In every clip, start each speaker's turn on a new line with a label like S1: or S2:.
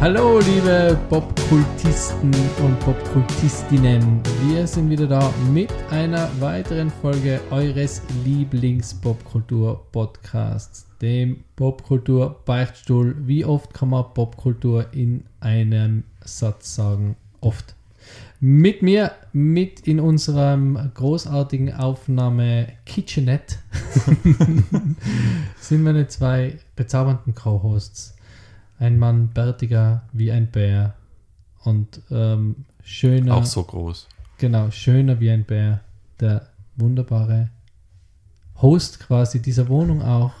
S1: Hallo, liebe Popkultisten und Popkultistinnen. Wir sind wieder da mit einer weiteren Folge eures Lieblings-Popkultur-Podcasts, dem Popkultur-Beichtstuhl. Wie oft kann man Popkultur in einem Satz sagen? Oft. Mit mir, mit in unserem großartigen Aufnahme Kitchenette, sind meine zwei bezaubernden Co-Hosts ein Mann bärtiger wie ein Bär und ähm, schöner.
S2: Auch so groß.
S1: Genau, schöner wie ein Bär. Der wunderbare Host quasi dieser Wohnung auch.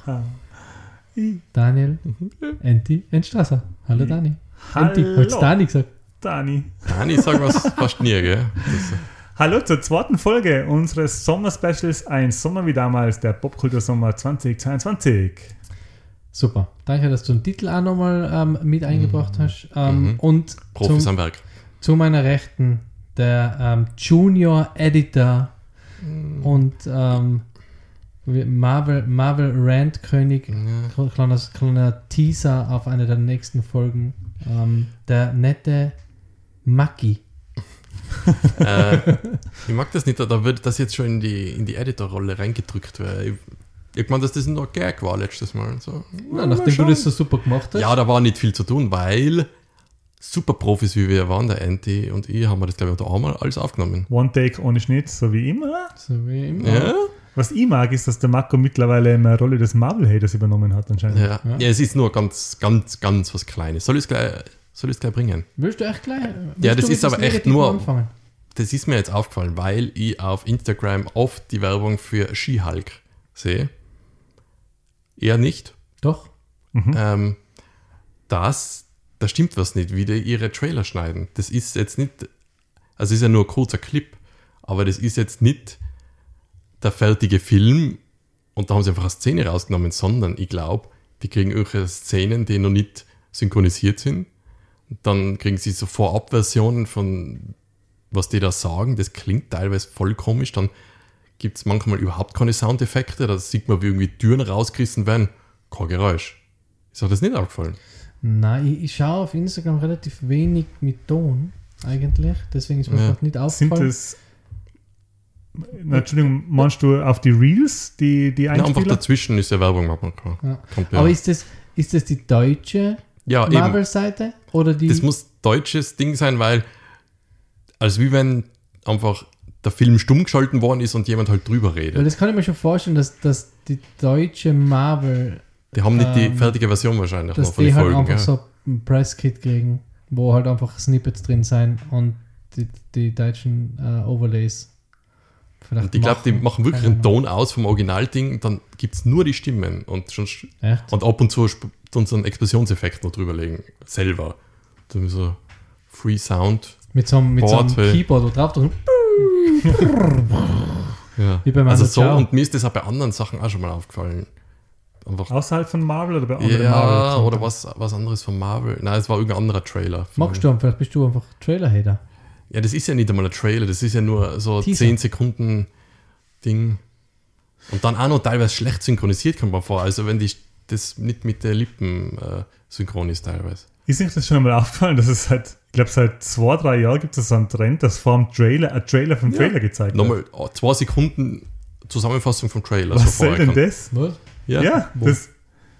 S1: Daniel
S2: Mhm.
S1: Enti Enstrasser. Hallo Dani. Enti,
S3: Hallo.
S1: hat's Dani gesagt.
S3: Dani.
S2: Dani sagt was fast nie, gell? Das,
S3: Hallo zur zweiten Folge unseres Sommerspecials Ein Sommer wie damals, der Popkultursommer 2022.
S1: Super. Danke, dass du den Titel auch nochmal ähm, mit eingebracht hast. Ähm,
S2: Mhm.
S1: Und
S2: Profis
S1: zum,
S2: am Werk.
S1: zu meiner Rechten der ähm, Junior Editor
S2: Mhm.
S1: und ähm, wie- Marvel, Marvel Rand König, kleiner, kleiner Teaser auf eine der nächsten Folgen, ähm, der nette Maki.
S2: äh, ich mag das nicht, da- da wird das jetzt schon in die, in die Editor-Rolle reingedrückt, weil ich, ich meine, dass das noch Gag war letztes Mal. und So.
S1: Ja, nachdem du das so super gemacht hast.
S2: Ja, da war nicht viel zu tun, weil super Profis wie wir waren, der Anti und ich, haben wir das, glaube ich, da auch mal alles aufgenommen.
S3: One Take ohne Schnitt, so wie immer.
S1: So wie immer.
S2: Ja?
S3: Was ich mag, ist, dass der Marco mittlerweile eine Rolle des Marvel-Haters übernommen hat anscheinend.
S2: Ja. ja, es ist nur ganz, ganz, ganz was Kleines. Soll ich es gleich, soll ich's gleich bringen?
S1: Willst du echt gleich? willst
S2: das
S1: du mit
S2: ist
S1: was
S2: aber echt
S1: Negativen
S2: nur-
S1: Anfangen?
S2: Das ist mir jetzt aufgefallen, weil ich auf Instagram oft die Werbung für She-Hulk sehe. Eher nicht.
S1: Doch.
S2: Ähm, das, da stimmt was nicht, wie die ihre Trailer schneiden. Das ist jetzt nicht, also es ist ja nur ein kurzer Clip, aber das ist jetzt nicht der fertige Film und da haben sie einfach eine Szene rausgenommen, sondern ich glaube, die kriegen irgendwelche Szenen, die noch nicht synchronisiert sind. Und Dann kriegen sie so Vorabversionen von was die da sagen. Das klingt teilweise voll komisch. Dann gibt es manchmal überhaupt keine Soundeffekte. Da sieht man, wie irgendwie Türen rausgerissen werden. Kein Geräusch. Ist euch das nicht aufgefallen?
S1: Nein, ich, ich schaue auf Instagram relativ wenig mit Ton eigentlich. Deswegen ist mir
S2: Ja.
S1: das nicht
S3: Sind
S1: aufgefallen.
S3: das. Na, Entschuldigung, meinst du auf die Reels, die, die
S2: Nein, einfach
S3: Einspieler?
S2: dazwischen ist ja Werbung, macht man klar.
S1: Ja.
S2: Kommt
S1: Aber ist das, ist das die deutsche
S2: ja, Ah, eben.
S1: Marvel-Seite? Oder die.
S2: Das muss deutsches Ding sein, weil, als wie wenn einfach der Film stumm geschalten worden ist und jemand halt drüber
S1: Weil
S2: redet.
S1: das kann ich mir schon vorstellen, dass, dass die deutsche Marvel,
S2: Die haben nicht
S1: ähm,
S2: die fertige Version wahrscheinlich
S1: dass
S2: noch von den
S1: die halt
S2: Folgen.
S1: einfach
S2: Ja.
S1: so ein Presskit kriegen, wo halt einfach Snippets drin sein und die, die deutschen äh, Overlays. Vielleicht
S2: und ich glaube, die machen wirklich
S1: keine
S2: einen Ton aus vom Originalding, dann gibt es nur die Stimmen und schon sch-
S1: Ahnung. Echt?
S2: Und ab und zu sp- tun sie einen Explosionseffekt noch drüberlegen. Selber. Dann so Free Sound.
S1: Mit so einem, mit so einem
S2: Board, hey.
S1: Keyboard, wo drauf drücken.
S2: Ja.
S1: Wie beim
S2: also
S1: Ansatz
S2: so,
S1: auch.
S2: und mir ist das auch bei anderen Sachen auch schon mal aufgefallen. Einfach.
S3: Außerhalb von Marvel Ah, oder bei anderen
S2: Ja,
S3: Marvel?
S2: oder was, was anderes von Marvel. Nein, es war irgendein anderer Trailer. Von-
S1: Magst du ihn? Vielleicht bist du einfach Trailer-Hater.
S2: Ja, das ist ja nicht einmal ein Trailer, das ist ja nur so
S1: Teaser.
S2: 10 Sekunden Ding. Und dann auch noch teilweise schlecht synchronisiert, kommt man vor. Also wenn die, das nicht mit den Lippen äh, synchron ist teilweise.
S3: Ist euch das schon einmal aufgefallen, dass es seit, ich glaube, seit zwei, drei Jahren gibt es so einen Trend, dass vor dem Trailer ein Trailer vom Trailer gezeigt wird?
S2: Nochmal oh, zwei Sekunden Zusammenfassung vom Trailer.
S3: Was soll
S2: vorher
S3: denn
S2: kommt.
S3: das?
S1: Was?
S2: Ja,
S3: Ja, das,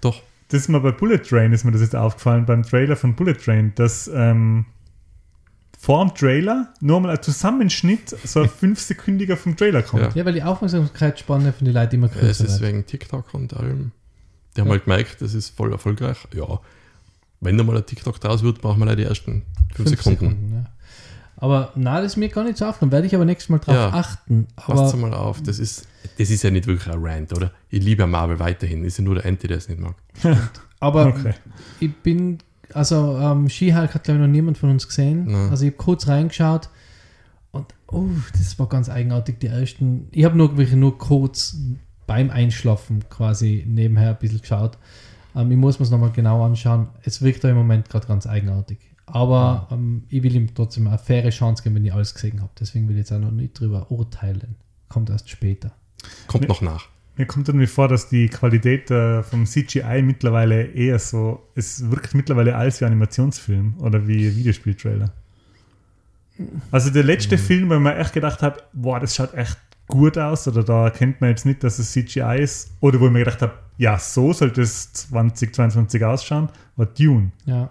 S2: doch.
S3: das ist mir bei Bullet Train, ist mir das jetzt aufgefallen, beim Trailer von Bullet Train, dass ähm, vor dem Trailer nur mal ein Zusammenschnitt, so ein fünfsekündiger vom Trailer kommt.
S2: Ja.
S1: Ja, weil die Aufmerksamkeitsspanne von den Leuten immer
S2: Äh, Es
S1: größer
S2: ist
S1: wird.
S2: wegen TikTok und allem. Die haben halt gemerkt, das ist voll erfolgreich. Ja, wenn da mal ein TikTok draus wird, brauchen wir leider die ersten fünf, Sekunden.
S1: ja. Aber na, das ist mir gar nicht so aufgenommen. Werde ich aber nächstes Mal drauf
S2: Ja.
S1: achten. Aber
S2: Passt mal auf, das ist, das ist ja nicht wirklich ein Rant, oder? Ich liebe ja Marvel weiterhin, ist ja nur der Ente, der es nicht mag.
S1: Aber
S3: Okay.
S1: ich bin, also ähm, She-Hulk hat glaube ich noch niemand von uns gesehen.
S2: Nein.
S1: Also ich habe kurz reingeschaut und oh, das war ganz eigenartig, die ersten. Ich habe nur, wirklich nur kurz beim Einschlafen quasi nebenher ein bisschen geschaut. Ähm, ich muss mir es nochmal genau anschauen. Es wirkt da im Moment gerade ganz eigenartig. Aber ähm, ich will ihm trotzdem eine faire Chance geben, wenn ich alles gesehen habe. Deswegen will ich jetzt auch noch nicht drüber urteilen. Kommt erst später.
S2: Kommt noch nach.
S3: mir kommt irgendwie vor, dass die Qualität äh, vom CGI mittlerweile eher so, es wirkt mittlerweile alles wie Animationsfilm oder wie Videospieltrailer. Also der letzte Film, wo ich mir echt gedacht habe, boah, das schaut echt gut aus oder da erkennt man jetzt nicht, dass es CGI ist oder wo ich mir gedacht habe, ja, so sollte es 2022 ausschauen, war Dune.
S1: Ja.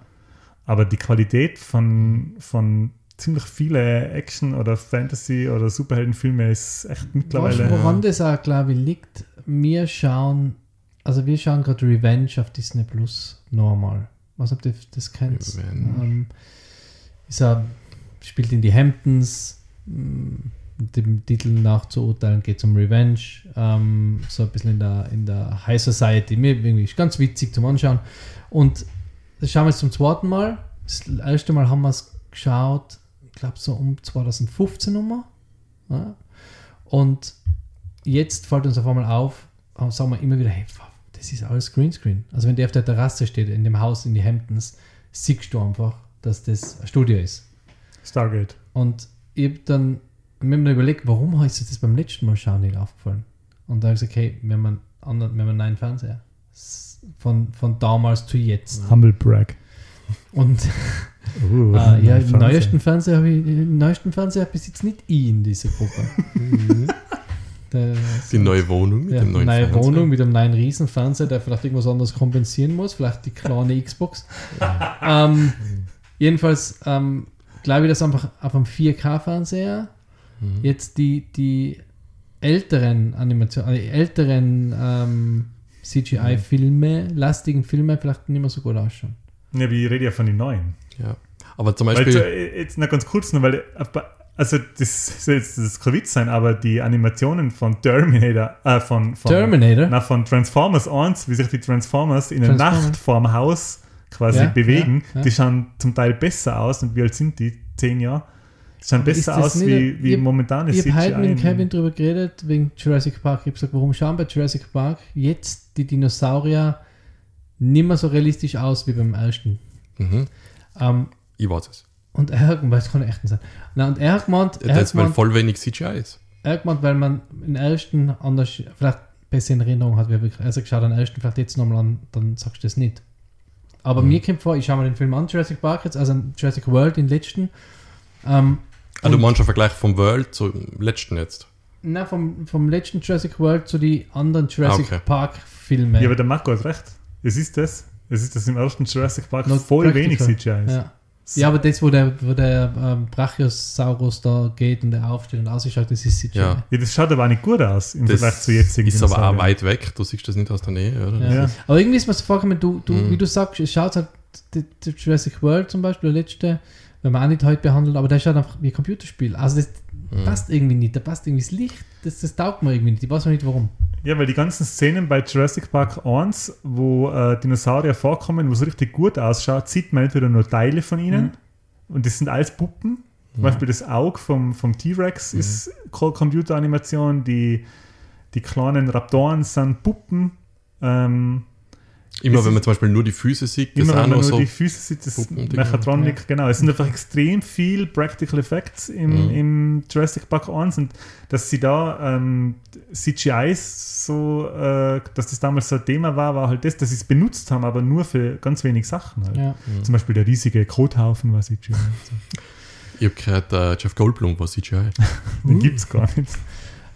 S3: Aber die Qualität von, von ziemlich viele Action- oder Fantasy- oder Superheldenfilme ist echt
S1: Weißt du,
S3: mittlerweile.
S1: woran das auch, glaube ich, liegt? Wir schauen, also wir schauen gerade Revenge auf Disney Plus normal. Was habt ihr das kennt?
S2: Revenge.
S1: Ähm, ist ja, spielt in die Hamptons. m, Dem Titel nach zu urteilen geht es um Revenge. Ähm, so ein bisschen in der, in der High Society. Mir irgendwie ist ganz witzig zum Anschauen. Und das schauen wir jetzt zum zweiten Mal. Das erste Mal haben wir es geschaut, ich glaube so um 2015 nochmal. Ja. Und jetzt fällt uns auf einmal auf, äh, sagen wir immer wieder, hey, fuck, das ist alles Greenscreen. Also wenn der auf der Terrasse steht, in dem Haus in die Hamptons, siehst du einfach, dass das ein Studio ist.
S3: Stargate.
S1: Und ich hab dann, mir haben dann überlegt, warum ist es das beim letzten Mal schauen nicht aufgefallen? Und da habe ich gesagt, hey, wenn man, anderen, wenn man einen neuen Fernseher S- von, von damals zu jetzt.
S3: Humble Brag.
S1: Und äh,
S3: Uh,
S1: ja,
S3: Fernseher.
S1: im neuesten Fernseher habe ich, im neuesten Fernseher besitzt nicht ich in dieser Gruppe. Der-
S2: Die neue Wohnung mit
S1: ja,
S2: dem neuen
S1: neue
S2: Fernseher.
S1: Wohnung mit einem neuen Riesenfernseher, der vielleicht irgendwas anderes kompensieren muss, vielleicht die kleine Xbox. ähm, jedenfalls ähm, glaube ich, dass einfach auf einem 4K-Fernseher
S2: Mhm.
S1: jetzt die, die älteren Animationen, äh, älteren ähm,
S2: Mhm.
S1: CGI-Filme, lastigen Filme vielleicht nicht mehr so gut ausschauen.
S3: Ne, aber ich rede ja von den neuen.
S2: Ja. Aber zum
S3: Weil, zu-
S2: Beispiel,
S3: äh, jetzt noch ganz kurz noch, weil, äh, also das soll jetzt das kein Witz sein, aber die Animationen von Terminator, äh, von, von
S1: Terminator?
S3: Na, von Transformers 1, wie sich die Transformers in der
S1: Transformers.
S3: Nacht vorm Haus quasi
S1: Ja,
S3: bewegen,
S1: ja, ja.
S3: die schauen zum Teil besser aus. Und wie alt sind die? Zehn Jahre? Die schauen
S1: ist
S3: besser
S1: das
S3: aus
S1: nicht
S3: wie,
S1: ein-
S3: wie
S1: ich hab-
S3: momentan
S1: Ich
S3: ist.
S1: habe heute mit dem Kevin drüber geredet, wegen Jurassic Park. Ich habe gesagt, warum schauen bei Jurassic Park jetzt die Dinosaurier nicht mehr so realistisch aus wie beim ersten?
S2: mhm.
S1: Ähm,
S2: ich weiß es.
S1: und er hat gemeint, es kann echt nicht sein. Na, und er hat gemeint, er hat
S2: Das, weil
S1: gemeint,
S2: voll wenig CGI ist.
S1: er hat gemeint, weil man den ersten anders, vielleicht besser in Erinnerung hat, wie er also geschaut den ersten vielleicht jetzt nochmal an, dann sagst du das nicht. Aber
S2: Mhm.
S1: mir kommt vor, ich schaue mir den Film an, Jurassic Park jetzt, also Jurassic World, den letzten. Ähm,
S2: Ah, du meinst einen Vergleich vom World zum letzten jetzt.
S1: Na, vom, vom letzten Jurassic World zu den anderen Jurassic
S2: Okay.
S1: Park Filmen.
S3: Ja, aber der Marco hat recht. Es ist das. Es ist das im ersten Jurassic Park
S1: Not
S3: voll wenig
S1: practical.
S3: CGI. ist.
S1: ja. ja, aber das, wo der, wo der ähm, Brachiosaurus da geht und der aufsteht und ausschaut, das ist halt CGI.
S2: Ja.
S3: Ja, das schaut aber auch nicht gut aus im
S2: Das
S3: Vergleich zu jetzigen
S2: ist aber auch
S3: Dinosauriern.
S2: weit weg. Du siehst das nicht aus der Nähe, oder?
S1: Ja.
S3: Ja.
S1: Aber irgendwie ist mir so vorgekommen, du, du,
S2: Mhm.
S1: wie du sagst, es schaut halt der, der Jurassic World zum Beispiel, der letzte, wenn man auch nicht heute behandelt, aber der schaut einfach wie ein Computerspiel. Also das
S2: Mhm.
S1: passt irgendwie nicht, da passt irgendwie das Licht, das, das taugt mir irgendwie nicht, ich weiß noch nicht warum.
S3: Ja, weil die ganzen Szenen bei Jurassic Park 1, wo äh, Dinosaurier vorkommen, wo es richtig gut ausschaut, sieht man entweder nur Teile von ihnen
S2: Mhm.
S3: und das sind alles Puppen. Zum Beispiel das Auge vom, vom T-Rex
S2: Mhm.
S3: ist Co- Computeranimation, die, die kleinen Raptoren sind Puppen. Ähm,
S2: Immer
S3: Es
S2: wenn
S3: ist-
S2: man zum Beispiel nur die Füße sieht, das
S3: immer
S2: ist auch
S3: wenn man
S2: noch
S3: nur
S2: so.
S3: die Füße sieht, das ist
S2: Puppendinger.
S3: Mechatronik, genau. Es sind einfach extrem viel Practical Effects im,
S2: Mhm.
S3: im Jurassic Park 1 und dass sie da ähm, CGIs so, äh, dass das damals so ein Thema war, war halt das, dass sie es benutzt haben, aber nur für ganz wenig Sachen halt.
S1: Ja.
S3: Zum Beispiel der riesige Kothaufen war CGI.
S2: Ich habe gehört, äh, Jeff Goldblum war CGI. Uh.
S3: Den gibt es gar nicht.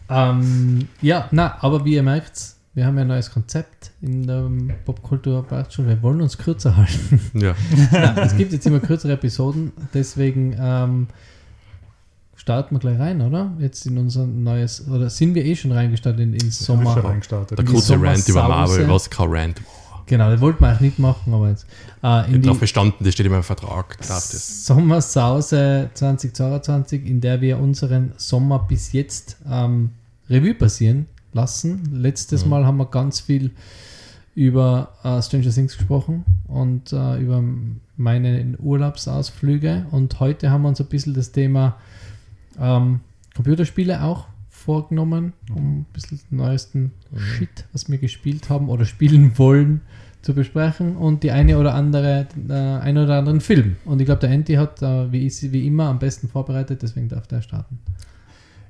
S1: Ähm, ja, na, aber wie ihr merkt, wir haben ja ein neues Konzept in der ähm, Popkultur schon. Wir wollen uns kürzer halten.
S2: ja.
S1: Nein, es gibt jetzt immer kürzere Episoden, deswegen ähm, starten wir gleich rein, oder? Jetzt in unser neues, oder sind wir eh schon reingestartet in, ins
S3: Ist schon
S1: Sommer.
S3: reingestartet.
S2: Der
S1: Die
S2: kurze Rant über
S1: Sommersause.
S2: Marvel, was kein Rant.
S1: Genau, das wollten wir eigentlich nicht machen, aber jetzt. Äh, in
S2: Ich
S1: die
S2: darauf bestanden, das steht in meinem Vertrag. Ich darf das.
S1: Sommersause 2022, in der wir unseren Sommer bis jetzt ähm, Revue passieren lassen. Letztes Mal haben wir ganz viel über äh, Stranger Things gesprochen und äh, über meine Urlaubsausflüge. Und heute haben wir uns ein bisschen das Thema ähm, Computerspiele auch vorgenommen, um ein bisschen den neuesten Shit, was wir gespielt haben oder spielen wollen, zu besprechen und die eine oder andere, äh, einen oder anderen Film. Und ich glaube, der Andy hat, äh, wie, ist, wie immer, am besten vorbereitet, deswegen darf der starten.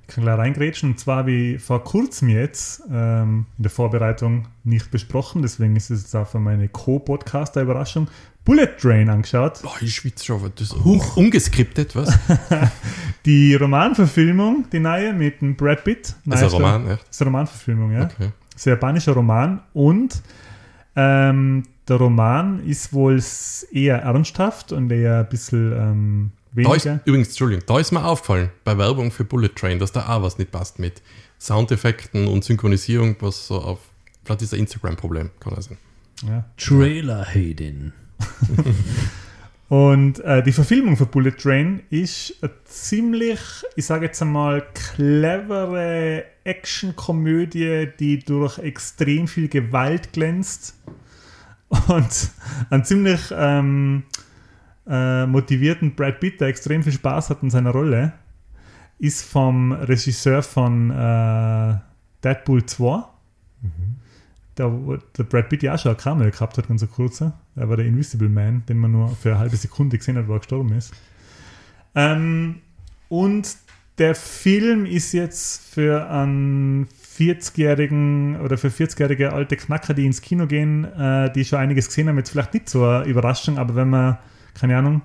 S3: Ich kann gleich reingrätschen. Und zwar habe ich vor kurzem jetzt ähm, in der Vorbereitung nicht besprochen, deswegen ist es jetzt auch für meine Co-Podcaster-Überraschung Bullet Train angeschaut.
S2: Boah, ich schwitze schon. was. Das ist un ungeskriptet, was?
S3: Die Romanverfilmung, die neue mit dem Brad Pitt.
S2: Das
S3: Neuester-
S2: ist ein Also Roman, echt?
S3: Das ist eine Romanverfilmung, ja.
S2: Okay.
S3: Das ist ein japanischer Roman und ähm, der Roman ist wohl s- eher ernsthaft und eher ein bisschen ähm,
S2: Da ist,
S3: weniger.
S2: übrigens, Entschuldigung, da ist mir aufgefallen, bei Werbung für Bullet Train, dass da auch was nicht passt mit Soundeffekten und Synchronisierung, was so auf. Vielleicht ist ein Instagram-Problem, kann ja sein.
S3: Ja.
S1: Trailer Hayden.
S3: Und äh, die Verfilmung für Bullet Train ist eine ziemlich, ich sage jetzt einmal, clevere Actionkomödie, die durch extrem viel Gewalt glänzt und einen ziemlich ähm, äh, motivierten Brad Pitt, der extrem viel Spaß hat in seiner Rolle, ist vom Regisseur von äh, Deadpool 2. Da, wo der Brad Pitt ja auch schon ein Cameo gehabt hat, ganz ein kurzer. Er war der Invisible Man, den man nur für eine halbe Sekunde gesehen hat, wo er gestorben ist. Ähm, und der Film ist jetzt für einen 40-jährigen oder für 40-jährige alte Knacker, die ins Kino gehen, äh, die schon einiges gesehen haben, jetzt vielleicht nicht so eine Überraschung, aber wenn man, keine Ahnung,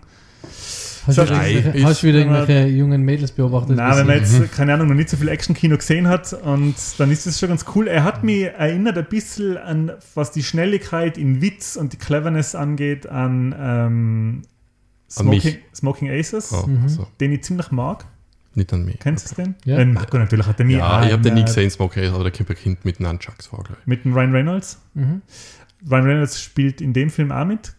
S1: Hast,
S3: So,
S1: du wieder
S2: drei
S1: irgendwelche-
S2: ist-
S1: hast du wieder
S3: wenn man-
S1: irgendwelche jungen Mädels beobachtet?
S3: Na, wenn man jetzt,
S2: Mhm.
S3: keine Ahnung, noch nicht so viel Action-Kino gesehen hat, und dann ist das schon ganz cool. Er hat mich erinnert ein bisschen an, was die Schnelligkeit in Witz und die Cleverness angeht, an, ähm,
S2: An mich.
S3: Smoking, Smoking Aces,
S2: Oh,
S1: Mhm.
S2: so,
S3: den ich ziemlich mag.
S2: nicht an mich.
S3: Kennst du den?
S1: Ja.
S3: Äh, Marco natürlich hat er mich
S2: Ja, ich habe den
S3: erinnert.
S2: nie gesehen, Smoke aber da kommt ein Kind mit Nunchucks vor, glaube ich.
S3: Mit dem Ryan Reynolds.
S1: Mhm.
S3: Ryan Reynolds spielt in dem Film auch mit.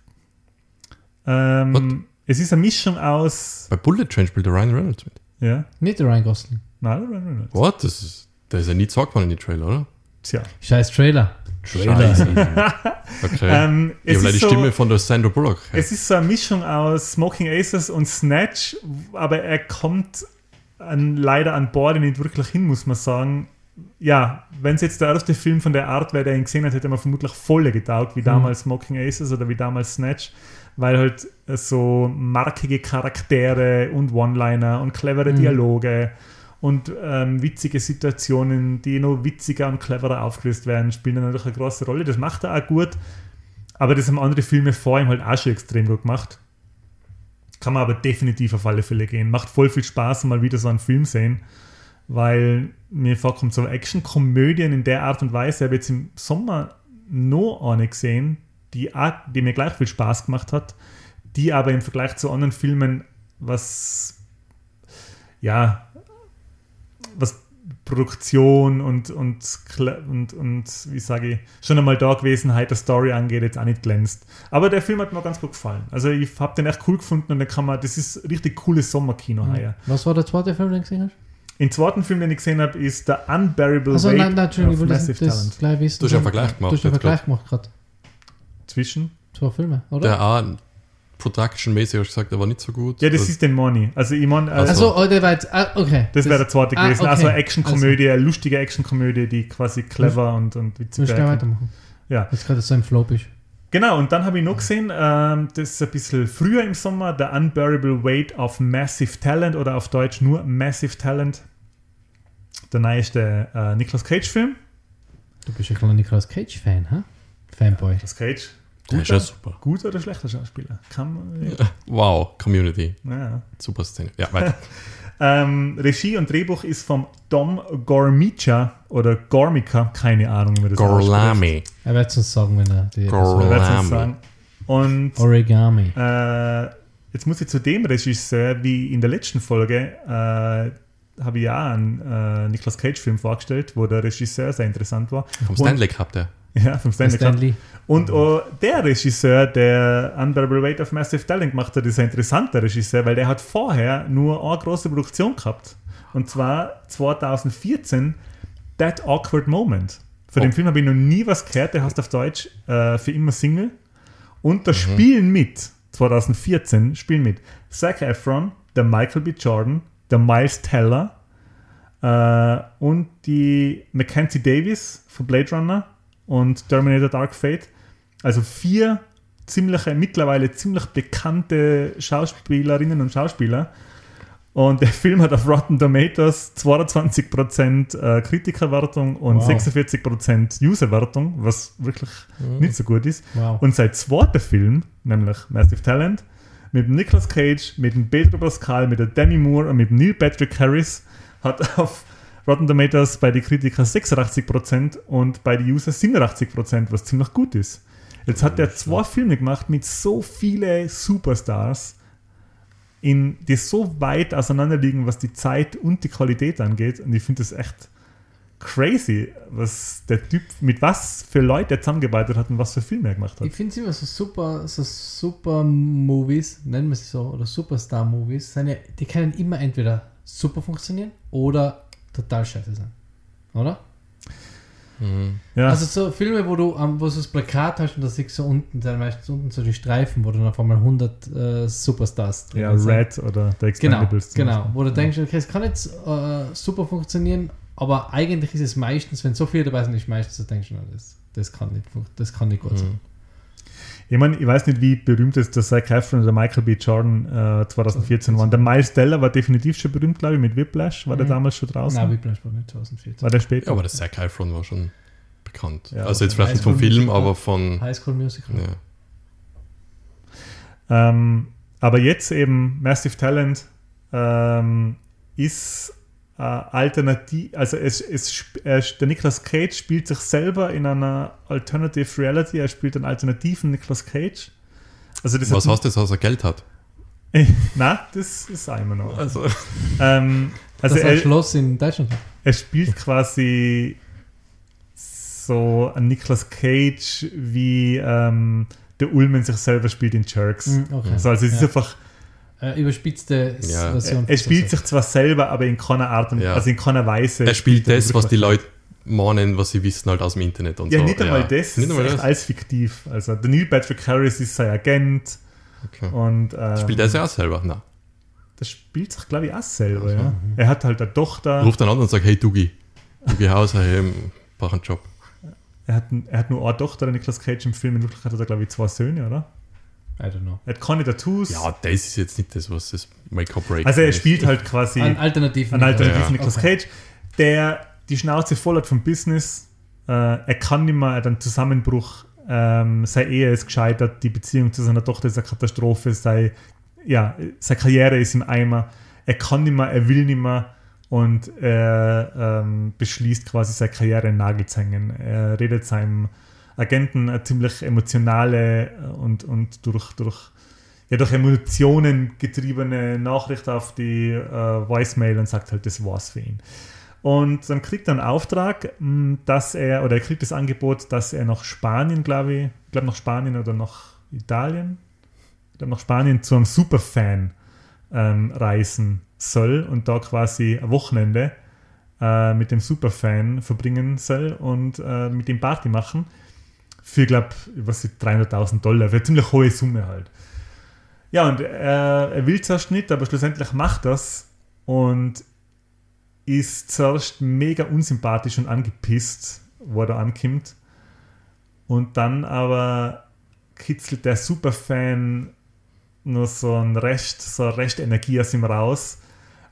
S2: What?
S3: Ähm, es ist eine Mischung aus.
S2: Bei Bullet Train spielt der Ryan Reynolds mit.
S3: Ja,
S1: Nicht der Ryan Gosling.
S3: nein, der Ryan Reynolds.
S2: What? Das ist, der ist ja nie gesagt worden in den Trailer, oder?
S3: Tja.
S1: Scheiß Trailer.
S2: Scheiße. Okay.
S3: Ähm,
S2: ich habe
S3: es
S2: leider die
S3: ist so-
S2: Stimme von der Sandra Bullock.
S3: Es ist so eine Mischung aus Smoking Aces und Snatch, aber er kommt an, leider an Bord nicht wirklich hin, muss man sagen. Ja, wenn es jetzt der erste Film von der Art wäre, der ihn gesehen hat, hätte man vermutlich volle getaugt, wie damals Smoking Aces oder wie damals Snatch, weil halt so markige Charaktere und One-Liner und clevere
S1: Mhm.
S3: Dialoge und ähm, witzige Situationen, die noch witziger und cleverer aufgelöst werden, spielen dann natürlich eine große Rolle. Das macht er auch gut. Aber das haben andere Filme vor ihm halt auch schon extrem gut gemacht. Kann man aber definitiv auf alle Fälle gehen. Macht voll viel Spaß, mal wieder so einen Film sehen. Weil mir vorkommt, so Action-Komödien in der Art und Weise, habe ich jetzt im Sommer noch eine gesehen, die, auch, die mir gleich viel Spaß gemacht hat, die aber im Vergleich zu anderen Filmen was, ja, was Produktion und, und, Kle- und, und wie sage ich, schon einmal da gewesen, halt der Story angeht, jetzt auch nicht glänzt. Aber der Film hat mir ganz gut gefallen. Also ich habe den echt cool gefunden und dann kann man, das ist richtig cooles Sommerkino
S1: Mhm.
S3: heuer.
S1: Was war der zweite Film, den du gesehen hast?
S3: Den zweiten Film, den ich gesehen habe, ist The Unbearable
S1: Also
S3: Weight
S1: nein, nein, Entschuldigung, ich
S3: of
S1: wollte das,
S3: Massive
S1: das
S3: Talent.
S1: gleich wissen.
S2: Du hast ja einen Vergleich gemacht
S1: Du hast ja einen
S2: jetzt
S1: Vergleich gemacht gerade.
S3: Zwischen?
S1: Zwei Filme, oder?
S2: der auch production-mäßig hast du gesagt, der war nicht so gut.
S3: Ja, das ist den Money. Also ich meine, äh,
S2: Ach so.
S1: Achso, oh, der war jetzt. Ah, okay.
S3: das wäre der zweite
S1: ah,
S3: gewesen.
S1: okay.
S3: Also eine Actionkomödie, eine lustige Actionkomödie, die quasi clever und, und
S1: Du
S3: witzig
S1: musst gleich
S3: ist.
S1: weitermachen.
S3: Ja.
S1: Jetzt gerade so im Flow bist.
S3: Genau, und dann habe ich noch gesehen, ähm, das ist ein bisschen früher im Sommer, The Unbearable Weight of Massive Talent oder auf Deutsch nur Massive Talent. Der neueste äh, Nicolas Cage-Film.
S1: Du bist ein kleiner Nicolas Cage-Fan, hä? Fanboy.
S3: Nicolas Cage,
S2: der ist ja super.
S3: gut oder schlechter Schauspieler? Kann man,
S2: Wow, Community.
S3: Naja.
S2: Super Szene. Ja, weiter.
S3: Ähm, Regie und Drehbuch ist vom Dom Gormica oder Gormica, keine Ahnung, wie man das ausspricht.
S2: Gorlami.
S1: Er wird es uns sagen, wenn er die
S2: Girl.
S3: Ich werd's jetzt sagen. Und
S1: Origami.
S3: äh, jetzt muss ich zu dem Regisseur, wie in der letzten Folge, äh, habe ich ja einen äh, Nicolas Cage-Film vorgestellt, wo der Regisseur sehr interessant war.
S2: Vom Stanley Cup, der.
S3: Und, ja, vom Stanley, Stanley.
S1: Stanley.
S3: Und oh, der Regisseur, der Unbearable Weight of Massive Talent gemacht hat, ist ein interessanter Regisseur, weil der hat vorher nur eine große Produktion gehabt. Und zwar 2014 That Awkward Moment. Für
S2: Oh.
S3: den Film habe ich noch nie was gehört. Der heißt auf Deutsch äh, Für immer Single. Und da spielen mit, 2014 spielen mit Zac Efron, der Michael B. Jordan, der Miles Teller äh, und die Mackenzie Davis von Blade Runner und Terminator Dark Fate. Also vier ziemliche, mittlerweile ziemlich bekannte Schauspielerinnen und Schauspieler. Und der Film hat auf Rotten Tomatoes 22% äh, Kritikerwertung und
S1: Wow.
S3: 46% Userwertung, was wirklich nicht so gut ist.
S1: Wow.
S3: Und sein zweiter Film, nämlich Massive Talent, mit dem Nicolas Cage, mit dem Pedro Pascal, mit der Demi Moore und mit dem Neil Patrick Harris, hat auf Rotten Tomatoes bei den Kritikern 86% und bei den User 87%, was ziemlich gut ist. Jetzt hat er zwei Filme gemacht mit so vielen Superstars, in, die so weit auseinanderliegen, was die Zeit und die Qualität angeht. Und ich finde das echt crazy, was der Typ, mit was für Leute er zusammengearbeitet hat und was für Filme er gemacht hat.
S1: Ich finde es immer so super, so super Movies, nennen wir sie so, oder Superstar-Movies, sind ja, die können immer entweder super funktionieren oder total scheiße sein. Oder?
S3: Ja.
S1: Also so Filme, wo du am- wo so das Plakat hast und da siehst du unten, dann meistens unten so die Streifen, wo dann auf einmal 100 äh, Superstars drin
S3: Ja,
S1: sind.
S3: Red oder The
S1: Genau,
S3: Expendables. zum
S1: genau.
S3: Beispiel.
S1: Wo du denkst, okay, es kann jetzt äh, super funktionieren, aber eigentlich ist es meistens, wenn so viele dabei sind, ist meistens, dann denkst du, na, das, das, kann nicht, fun- das kann nicht gut
S3: Mhm.
S1: sein.
S3: Ich meine, ich weiß nicht, wie berühmt ist der Zac Efron oder Michael B. Jordan äh, 2014 waren. Der Miles Teller war definitiv schon berühmt, glaube ich, mit Whiplash. War der
S1: Mhm.
S3: damals schon draußen?
S1: Nein, wie bleibt bei 2014?
S3: war der später?
S2: Ja, aber der Zac Efron war schon bekannt.
S3: Ja,
S2: also jetzt
S1: okay.
S2: vielleicht nicht vom
S1: High School
S2: Film,
S1: Musical.
S2: aber von.
S1: High School Musical.
S2: Ja.
S3: Ähm, aber jetzt eben Massive Talent ähm, ist äh, alternativ, also es, es, sp- er, der Nicolas Cage spielt sich selber in einer Alternative Reality, er spielt einen alternativen Nicolas Cage. Also das
S2: Was
S3: hat,
S2: heißt das, dass er Geld hat?
S3: Na, das ist auch immer noch.
S2: Also,
S3: Ähm,
S1: Also das
S3: also
S1: ist ein
S3: er,
S1: Schloss in Deutschland.
S3: er spielt quasi so ein Nicolas Cage, wie ähm, der Ullman sich selber spielt in Jerks.
S1: Mhm, Okay.
S3: Also, also es ist
S1: Ja.
S3: einfach,
S1: Äh, überspitzte S-
S2: Ja.
S1: Version.
S3: er spielt sich zwar selber, aber in keiner Art und
S2: Ja.
S3: also in keiner Weise.
S2: er spielt das, was die
S3: wirklich-
S2: Leute meinen, was sie wissen, halt aus dem Internet und
S3: Ja,
S2: so.
S3: nicht einmal das,
S2: Nicht
S3: ist
S2: einmal
S3: echt
S2: das.
S3: alles fiktiv. Also der Neil Patrick Harris ist sein Agent
S2: Okay.
S3: und ähm,
S2: Spielt er es ja auch selber? Nein.
S3: das spielt sich, glaube ich, auch selber,
S2: Also.
S3: ja. Er hat halt eine Tochter.
S2: Ruft einen anderen und sagt, hey Dugi, Dugi Hauser, hey, brauch einen Job.
S3: Er hat, er hat nur eine Tochter, der Nicolas Cage im Film. In Wirklichkeit hat er, glaube ich, zwei Söhne, oder?
S1: I don't know.
S3: Er hat keine Tattoos.
S2: Ja, das ist jetzt nicht das, was das Make-up break
S3: also er spielt halt quasi
S1: Ein
S3: einen
S1: alternativen.
S3: alternativen
S2: Ja.
S3: Nicolas
S1: Okay.
S3: Cage, der die Schnauze voll hat vom Business. Äh, er kann nicht mehr, er hat einen Zusammenbruch. Ähm, seine Ehe ist gescheitert, die Beziehung zu seiner Tochter ist eine Katastrophe, sei, ja, seine Karriere ist im Eimer. Er kann nicht mehr, er will nicht mehr und er ähm, beschließt quasi seine Karriere in den Nagel zu hängen. Er redet seinem Agenten eine ziemlich emotionale äh, und, und durch, durch ja, durch Emotionen getriebene Nachricht auf die äh, Voicemail und sagt halt, das war's für ihn. Und dann kriegt er einen Auftrag, mh, dass er, oder er kriegt das Angebot, dass er nach Spanien, glaube ich, ich glaube nach Spanien oder nach Italien, ich glaube nach Spanien zu einem Superfan ähm, reisen soll und da quasi ein Wochenende äh, mit dem Superfan verbringen soll und äh, mit ihm Party machen. Für, glaube ich, was ist 300.000 Dollar, für eine ziemlich hohe Summe halt. Ja, und er, er will zuerst nicht, aber schlussendlich macht das und ist zuerst mega unsympathisch und angepisst, wo er da ankommt. Und dann aber kitzelt der Superfan nur so ein Rest, so ein Rest Energie aus ihm raus.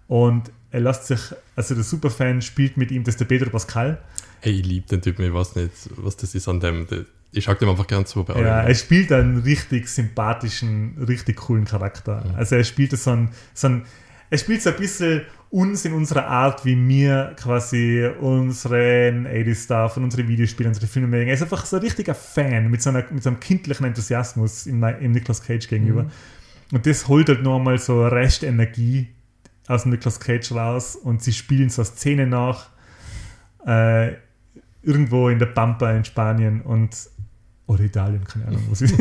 S3: Und er lässt sich, also der Superfan spielt mit ihm, das ist der Pedro Pascal.
S2: Hey, ich liebe den Typen, ich weiß nicht, was das ist an dem. Der- Ich schaue dem einfach gern zu bei
S3: Ja,
S2: allem.
S3: er spielt einen richtig sympathischen, richtig coolen Charakter. Also er spielt so ein, so ein, er spielt so ein bisschen uns in unserer Art, wie wir quasi unseren 80-Stuff und unsere Videospiele, unsere Filme mögen. Er ist einfach so ein richtiger Fan mit so, einer, mit so einem kindlichen Enthusiasmus im, Ni- im Nicolas Cage gegenüber. Und das holt halt noch einmal so Restenergie aus dem Nicolas Cage raus und sie spielen so Szene nach. Äh, irgendwo in der Pampa in Spanien und oder Italien, keine Ahnung. Was ich,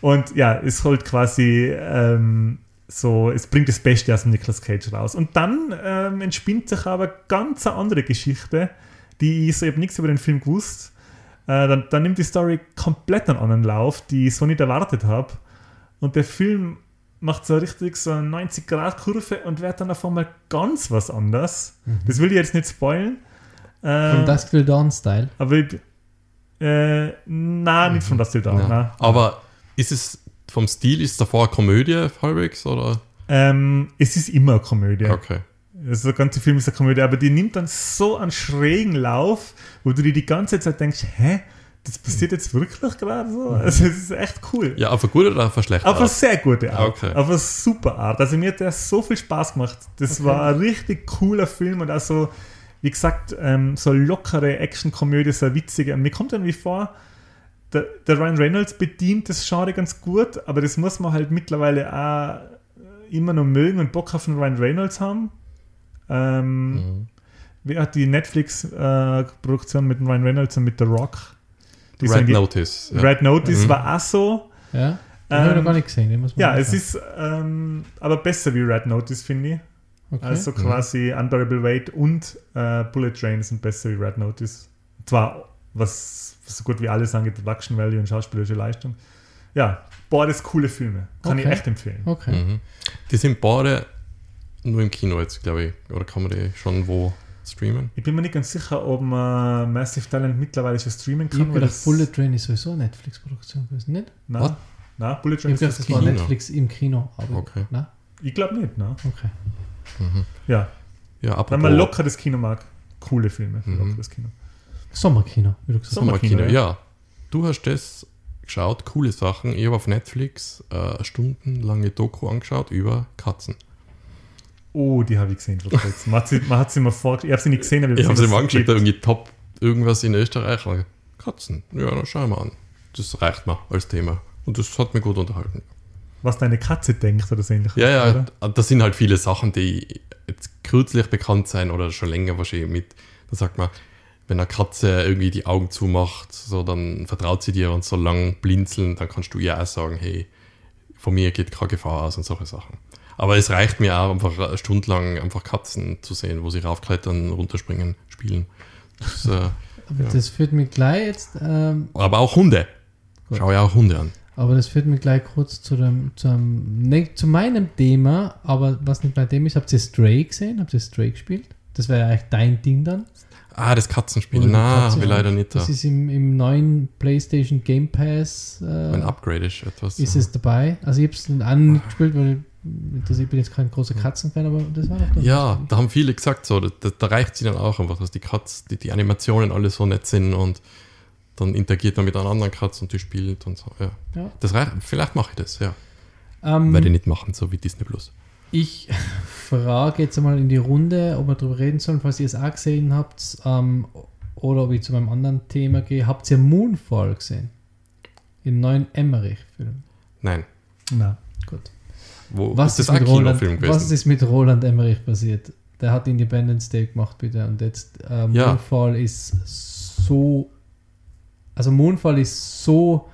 S3: und ja, es holt quasi ähm, so, es bringt das Beste aus dem Nicolas Cage raus. Und dann ähm, entspinnt sich aber ganz eine andere Geschichte, die ich so eben nichts über den Film gewusst. Äh, dann, dann nimmt die Story komplett einen anderen Lauf, die ich so nicht erwartet habe. Und der Film macht so richtig so eine 90-Grad-Kurve und wird dann auf einmal ganz was anders. Das will ich jetzt nicht spoilen. Äh,
S1: Von Dusk Till Dawn Style.
S3: aber ich, äh, nein, nicht von das Till Dawn.
S2: Nein.
S3: nein.
S2: Aber ist es vom Stil, ist es davor eine Komödie halbwegs? Oder?
S3: Ähm, es ist immer eine Komödie.
S2: Okay.
S3: Also der ganze Film ist eine Komödie, aber die nimmt dann so einen schrägen Lauf, wo du dir die ganze Zeit denkst, hä, das passiert jetzt wirklich gerade so? Also es ist echt cool.
S2: Ja, auf eine gute oder auf eine schlechte
S3: Auf eine
S2: Art?
S3: sehr gute Art.
S2: Okay.
S3: Auf eine super Art. Also mir hat der so viel Spaß gemacht. Das war ein richtig cooler Film und auch so, wie gesagt, ähm, so eine lockere Actionkomödie, so eine witzige. Mir kommt irgendwie vor, der, der Ryan Reynolds bedient das Genre ganz gut, aber das muss man halt mittlerweile auch immer noch mögen und Bock auf den Ryan Reynolds haben. Ähm,
S2: Mhm.
S3: Wie hat die Netflix-Produktion mit dem Ryan Reynolds und mit The Rock? Die
S2: Red
S3: sind die-
S2: Notice. Ja.
S3: Red Notice
S2: Mhm.
S3: war auch so.
S1: Ja? Den habe ich noch
S3: Ähm,
S1: gar nicht gesehen. den muss man
S3: Ja,
S1: anschauen.
S3: es ist ähm, aber besser wie Red Notice, finde ich.
S1: Okay.
S3: Also
S2: Mhm.
S3: quasi Unbearable Weight und äh, Bullet Train sind besser wie Red Notice. Zwar, was so gut wie alles angeht, Production Value und schauspielerische Leistung. Ja, boah, das coole Filme. Kann ich
S1: Okay.
S3: echt empfehlen.
S1: okay.
S2: Mhm. Die sind beide nur im Kino jetzt, glaube ich. Oder kann man die schon wo streamen?
S3: Ich bin mir nicht ganz sicher, ob man Massive Talent mittlerweile schon streamen
S1: Ich
S3: kann.
S1: habe
S3: weil
S1: gedacht, Bullet Train ist sowieso eine Netflix-Produktion gewesen, nicht?
S2: What?
S3: Na, na, Bullet
S1: Ich habe
S3: Train
S1: gedacht,
S3: ist
S1: das
S3: das
S1: war
S2: Kino.
S1: Netflix im Kino. Aber
S2: Okay.
S1: Na?
S3: Ich glaube nicht, na.
S1: okay.
S3: Ja,
S2: Ja, apropos
S3: wenn man locker das Kino mag, coole Filme.
S2: Mhm.
S3: Locker das Kino.
S1: Sommerkino, wie du gesagt hast.
S2: Sommerkino.
S3: Sommerkino,
S2: ja. Du hast das geschaut, coole Sachen. Ich habe auf Netflix äh, eine stundenlange Doku angeschaut über Katzen.
S3: Oh, die habe ich gesehen vor kurzem. Man hat sie, man hat sie mir vorgestellt. Ich habe sie nicht gesehen, aber
S2: Ich habe
S3: sie
S2: sie
S3: mir
S2: mal angeschaut, da
S3: geklebt.
S2: irgendwie top irgendwas in Österreich. Und ich, Katzen, ja, dann schau mal an. Das reicht mir als Thema. Und das hat mich gut unterhalten.
S3: Was deine Katze denkt oder so ähnlich.
S2: Ja, ja,
S3: Oder?
S2: das sind halt viele Sachen, die jetzt kürzlich bekannt sein oder schon länger wahrscheinlich mit. Da sagt man, wenn eine Katze irgendwie die Augen zumacht, so dann vertraut sie dir und so lang blinzeln, dann kannst du ihr auch sagen, hey, von mir geht keine Gefahr aus und solche Sachen. Aber es reicht mir auch einfach eine Stunde lang einfach Katzen zu sehen, wo sie raufklettern, runterspringen, spielen. Das, äh,
S1: Aber das führt mich gleich jetzt, ähm,
S2: aber auch Hunde.
S1: Gut.
S2: Schau ja auch Hunde an.
S1: aber das führt mich gleich kurz zu dem, zu, einem, ne, zu meinem Thema, aber was nicht mein Thema ist, habt ihr Stray gesehen? Habt ihr Stray gespielt? Das wäre ja eigentlich dein Ding dann.
S2: Ah, das Katzenspiel.
S1: Oder die
S2: Na,
S1: Katze
S2: habe ich leider
S1: an.
S2: nicht. äh, Da.
S1: Das ist im, im neuen PlayStation Game Pass äh,
S2: Mein Upgrade ist etwas.
S1: ist es dabei. Also ich habe es an gespielt, weil ich, interessiert- ich bin jetzt kein großer Katzenfan, aber das war doch
S2: Ja, da haben viele gesagt, so, da, da reicht sie dann auch einfach, dass die Katz, die, die Animationen alle so nett sind und dann interagiert man mit einer anderen Katz und die spielt und so. Ja.
S1: Ja.
S2: Das reicht, vielleicht mache ich das, ja.
S1: Ähm,
S2: Werde ich nicht machen, so wie Disney Plus.
S1: Ich frage jetzt einmal in die Runde, ob wir darüber reden sollen, falls ihr es auch gesehen habt, ähm, oder ob ich zu meinem anderen Thema gehe. Habt ihr Moonfall gesehen? Im neuen Emmerich-Film.
S2: Nein.
S3: Nein.
S1: Gut.
S2: Wo
S1: Was ist,
S2: auch
S1: mit Roland,
S2: Kinofilm
S1: was
S2: gewesen?
S1: ist mit Roland Emmerich passiert? Der hat Independence Day gemacht, bitte. Und jetzt äh,
S2: Ja.
S1: Moonfall ist so. Also Moonfall ist so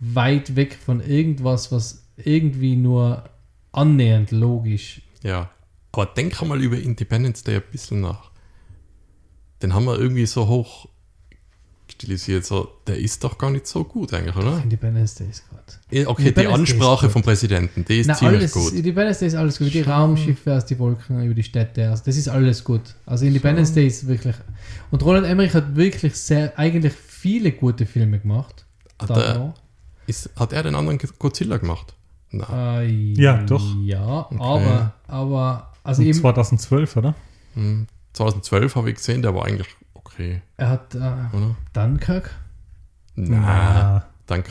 S1: weit weg von irgendwas, was irgendwie nur annähernd logisch
S2: Ja. Aber denk mal über Independence Day ein bisschen nach. Den haben wir irgendwie so hoch stilisiert, so, der ist doch gar nicht so gut eigentlich, oder?
S1: Independence Day ist gut.
S2: Eh, Okay, die
S1: Independence Day ist
S2: Ansprache
S1: gut.
S2: vom Präsidenten, die ist
S1: Na,
S2: ziemlich
S1: alles,
S2: gut.
S1: Independence Day ist alles gut. Die Raumschiffe aus die Wolken, über die Städte, also das ist alles gut. Also Independence Day ist wirklich. Und Roland Emmerich hat wirklich sehr, eigentlich viele gute Filme gemacht.
S2: Hat
S1: Da
S2: er-
S1: noch.
S2: Ist, hat er den anderen Godzilla gemacht? Nein.
S1: Äh,
S3: Ja, doch.
S1: Ja,
S2: ah. Okay.
S1: aber, aber, also
S3: Und
S1: eben,
S3: 2012, oder?
S2: Hm, 2012 habe ich gesehen, der war eigentlich okay,
S1: er hat äh,
S2: oder?
S1: Dunkirk.
S2: Na, danke.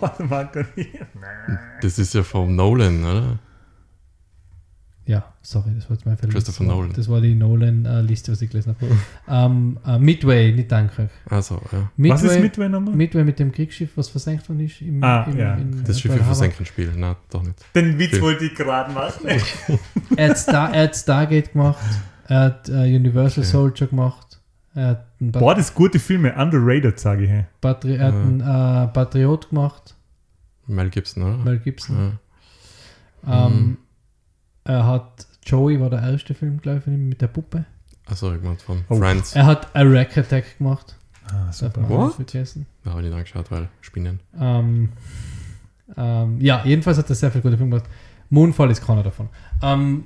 S3: Warte mal, kann ich-
S2: Das ist ja vom Nolan, oder?
S1: Ja, sorry, das war jetzt mein Fehler.
S2: Christopher
S1: das war,
S2: Nolan.
S1: Das war die Nolan-Liste, was ich gelesen habe. ähm, äh, Midway, nicht Dunkirk.
S2: Also, ja.
S1: Midway,
S3: Was ist Midway nochmal?
S1: Midway mit dem Kriegsschiff, was versenkt worden ist. Im,
S3: Ah, ja.
S2: Das Schiff
S1: Pearl Harbor.
S2: für Versenkenspiel, nein, doch nicht.
S3: Den Witz
S2: Film.
S3: wollte ich gerade machen.
S1: Oh, Er hat, Star, er hat Stargate gemacht, er hat äh, Universal
S2: Okay.
S1: Soldier gemacht, er hat einen, Pat
S3: Boah, das gute Filme, underrated, sage ich. hey.
S1: Patri er hat einen äh, Patriot gemacht,
S2: Mel Gibson, oder?
S1: Mel Gibson.
S2: ja. Mhm.
S1: Ähm, er hat Joey war der erste Film, glaube ich, von ihm mit der Puppe.
S2: Also, irgendwann von
S3: Oh.
S2: Friends.
S1: Er hat A Rack Attack gemacht.
S3: Ah,
S1: Darf
S3: super.
S1: man auch nicht
S2: What?
S1: vergessen.
S2: Da habe ich nicht angeschaut, weil Spinnen.
S1: Ähm, ähm, ja, jedenfalls hat er sehr viele gute Filme gemacht. Moonfall ist keiner davon. Ähm,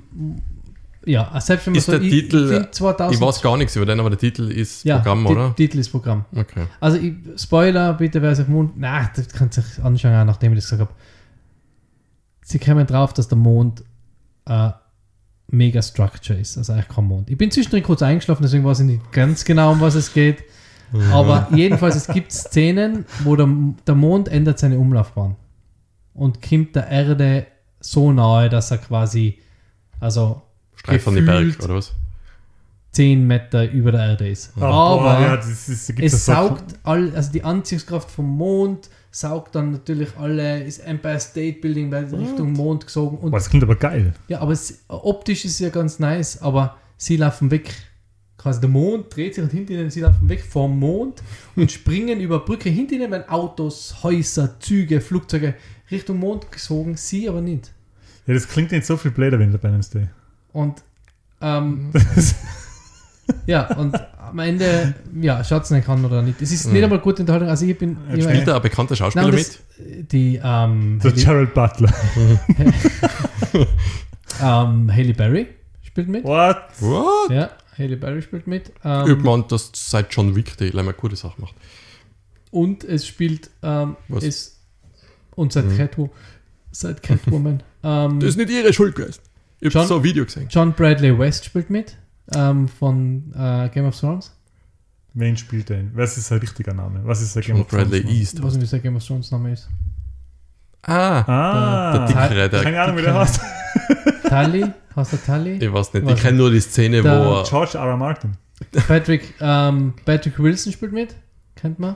S1: ja, selbst wenn man
S2: Ist der Titel- äh,
S1: find 2000,
S2: Ich weiß gar nichts über den, aber der Titel ist
S1: ja,
S2: Programm,
S1: Ti-
S2: oder?
S1: Titel ist Programm.
S2: Okay.
S1: Also, ich, Spoiler, bitte, wer sich Mund. Nein, das kannst du sich anschauen, auch nachdem ich das gesagt habe. sie kamen drauf, dass der Mond äh, mega structure ist, also eigentlich kein Mond. Ich bin zwischendrin kurz eingeschlafen, deswegen weiß ich nicht ganz genau, um was es geht.
S3: Mhm.
S1: Aber jedenfalls, es gibt Szenen, wo der, der Mond ändert seine Umlaufbahn und kommt der Erde so nahe, dass er quasi, also
S2: Streit von den
S1: gefühlt-
S2: Berg, oder was?
S1: 10 Meter über der Erde ist.
S3: Ah, boah,
S1: Aber
S3: ja, das ist, gibt
S1: es
S3: das so-
S1: saugt all, also die Anziehungskraft vom Mond saugt dann natürlich alle, ist Empire State Building bei Richtung Mond gesogen und
S3: Boah, das klingt aber geil.
S1: ja, aber es, optisch ist es ja ganz nice, aber sie laufen weg. Quasi der Mond dreht sich und hinter ihnen, sie laufen weg vom Mond und springen über Brücke. Hinter ihnen werden Autos, Häuser, Züge, Flugzeuge Richtung Mond gesogen, sie aber nicht.
S3: Ja, das klingt nicht so viel blöder, wenn du dabei nimmst. ey.
S1: Und ähm, ja, und am Ende, ja, schaut es nicht an oder nicht. Es ist nicht einmal gut Unterhaltung. Also ich bin. Ich
S2: Spielt da ein bekannter Schauspieler
S1: Nein,
S2: mit?
S1: das, die ähm,
S3: So
S1: Haley-
S3: Gerald Butler.
S1: ähm, Haley Berry spielt mit.
S3: What?
S2: What?
S1: Ja, Haley Berry spielt mit.
S2: Übt
S1: Ähm,
S2: man, dass seit John Wick die immer gute Sachen macht.
S1: und es spielt ähm,
S2: Was? Mhm.
S1: es und seit, Catwo, seit Catwoman. ähm,
S2: Das ist nicht ihre Schuld gewesen. Ich
S1: John-
S2: hab so ein Video gesehen.
S1: John Bradley West spielt mit ähm, von äh, Game of Thrones.
S3: Wen spielt denn? Was ist sein richtiger Name? Was ist sein Game
S2: John
S3: of Thrones
S2: Bradley
S3: Name?
S2: East.
S1: Ich weiß nicht, wie der Game of Thrones Name ist.
S2: Ah,
S3: Ah,
S2: der dickere, der,
S3: keine Ahnung, wie der heißt.
S1: Tully, heißt er Tully?
S2: ich weiß nicht,
S1: Was?
S2: ich kenne nur die Szene,
S1: Der-
S2: wo er,
S3: George R. R. Martin.
S1: Patrick, ähm, Patrick Wilson spielt mit. Kennt man?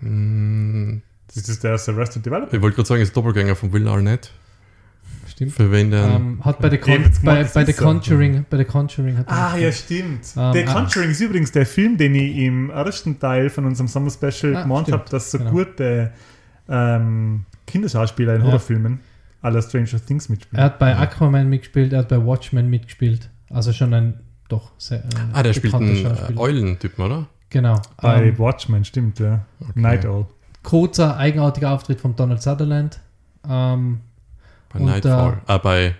S2: Mm,
S3: Das ist der aus Arrested Development.
S2: ich wollte gerade sagen, ist Doppelgänger von Will Arnett.
S1: Stimmt.
S2: Für wen denn?
S1: Ähm, hat bei The Con
S3: Eben, jetzt
S1: bei,
S3: gemacht, das
S1: bei
S3: ist
S1: The
S3: so.
S1: Conjuring, bei The Conjuring hat er
S3: Ah,
S1: mitgespielt.
S3: ja, stimmt.
S1: Ähm,
S3: der
S1: ah.
S3: Conjuring ist übrigens der Film, den ich im ersten Teil von unserem Summer Special
S1: Ah,
S3: gemeint
S1: stimmt.
S3: habe, dass so
S1: Genau.
S3: gute ähm, Kinderschauspieler in
S1: Ja.
S3: Horrorfilmen aller Stranger Things
S1: Er
S3: mitspielen.
S1: hat bei Aquaman mitgespielt, er hat bei Watchmen mitgespielt. Also schon ein doch sehr. Äh,
S2: ah, der spielt
S1: bekannter
S2: einen äh,
S1: Schauspieler.
S2: Eulentypen, oder?
S1: Genau.
S3: Bei
S1: Ähm,
S3: Watchmen, stimmt, ja. Night Owl.
S1: kurzer, eigenartiger Auftritt von Donald Sutherland. Ähm,
S2: Bei
S1: Und,
S2: Nightfall. ah, bei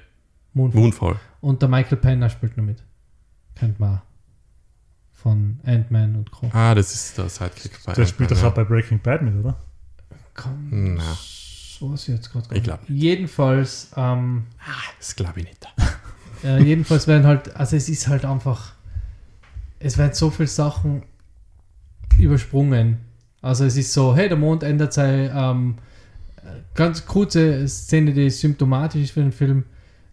S1: Moonfall.
S2: Moonfall.
S1: Und der Michael Penner spielt noch mit. Kennt man. auch. Von Ant-Man und Co.
S2: Ah, das ist der Sidekick bei
S3: Der spielt doch
S2: ja.
S3: auch bei Breaking Bad mit, oder?
S1: Komm,
S2: Na,
S1: so ist jetzt gerade.
S2: Ich glaub
S1: Jedenfalls, ähm,
S2: das glaube ich nicht.
S1: äh, jedenfalls werden halt, also es ist halt einfach, es werden so viele Sachen übersprungen. Also es ist so, hey, der Mond ändert seine ähm, ganz kurze Szene, die symptomatisch ist für den Film.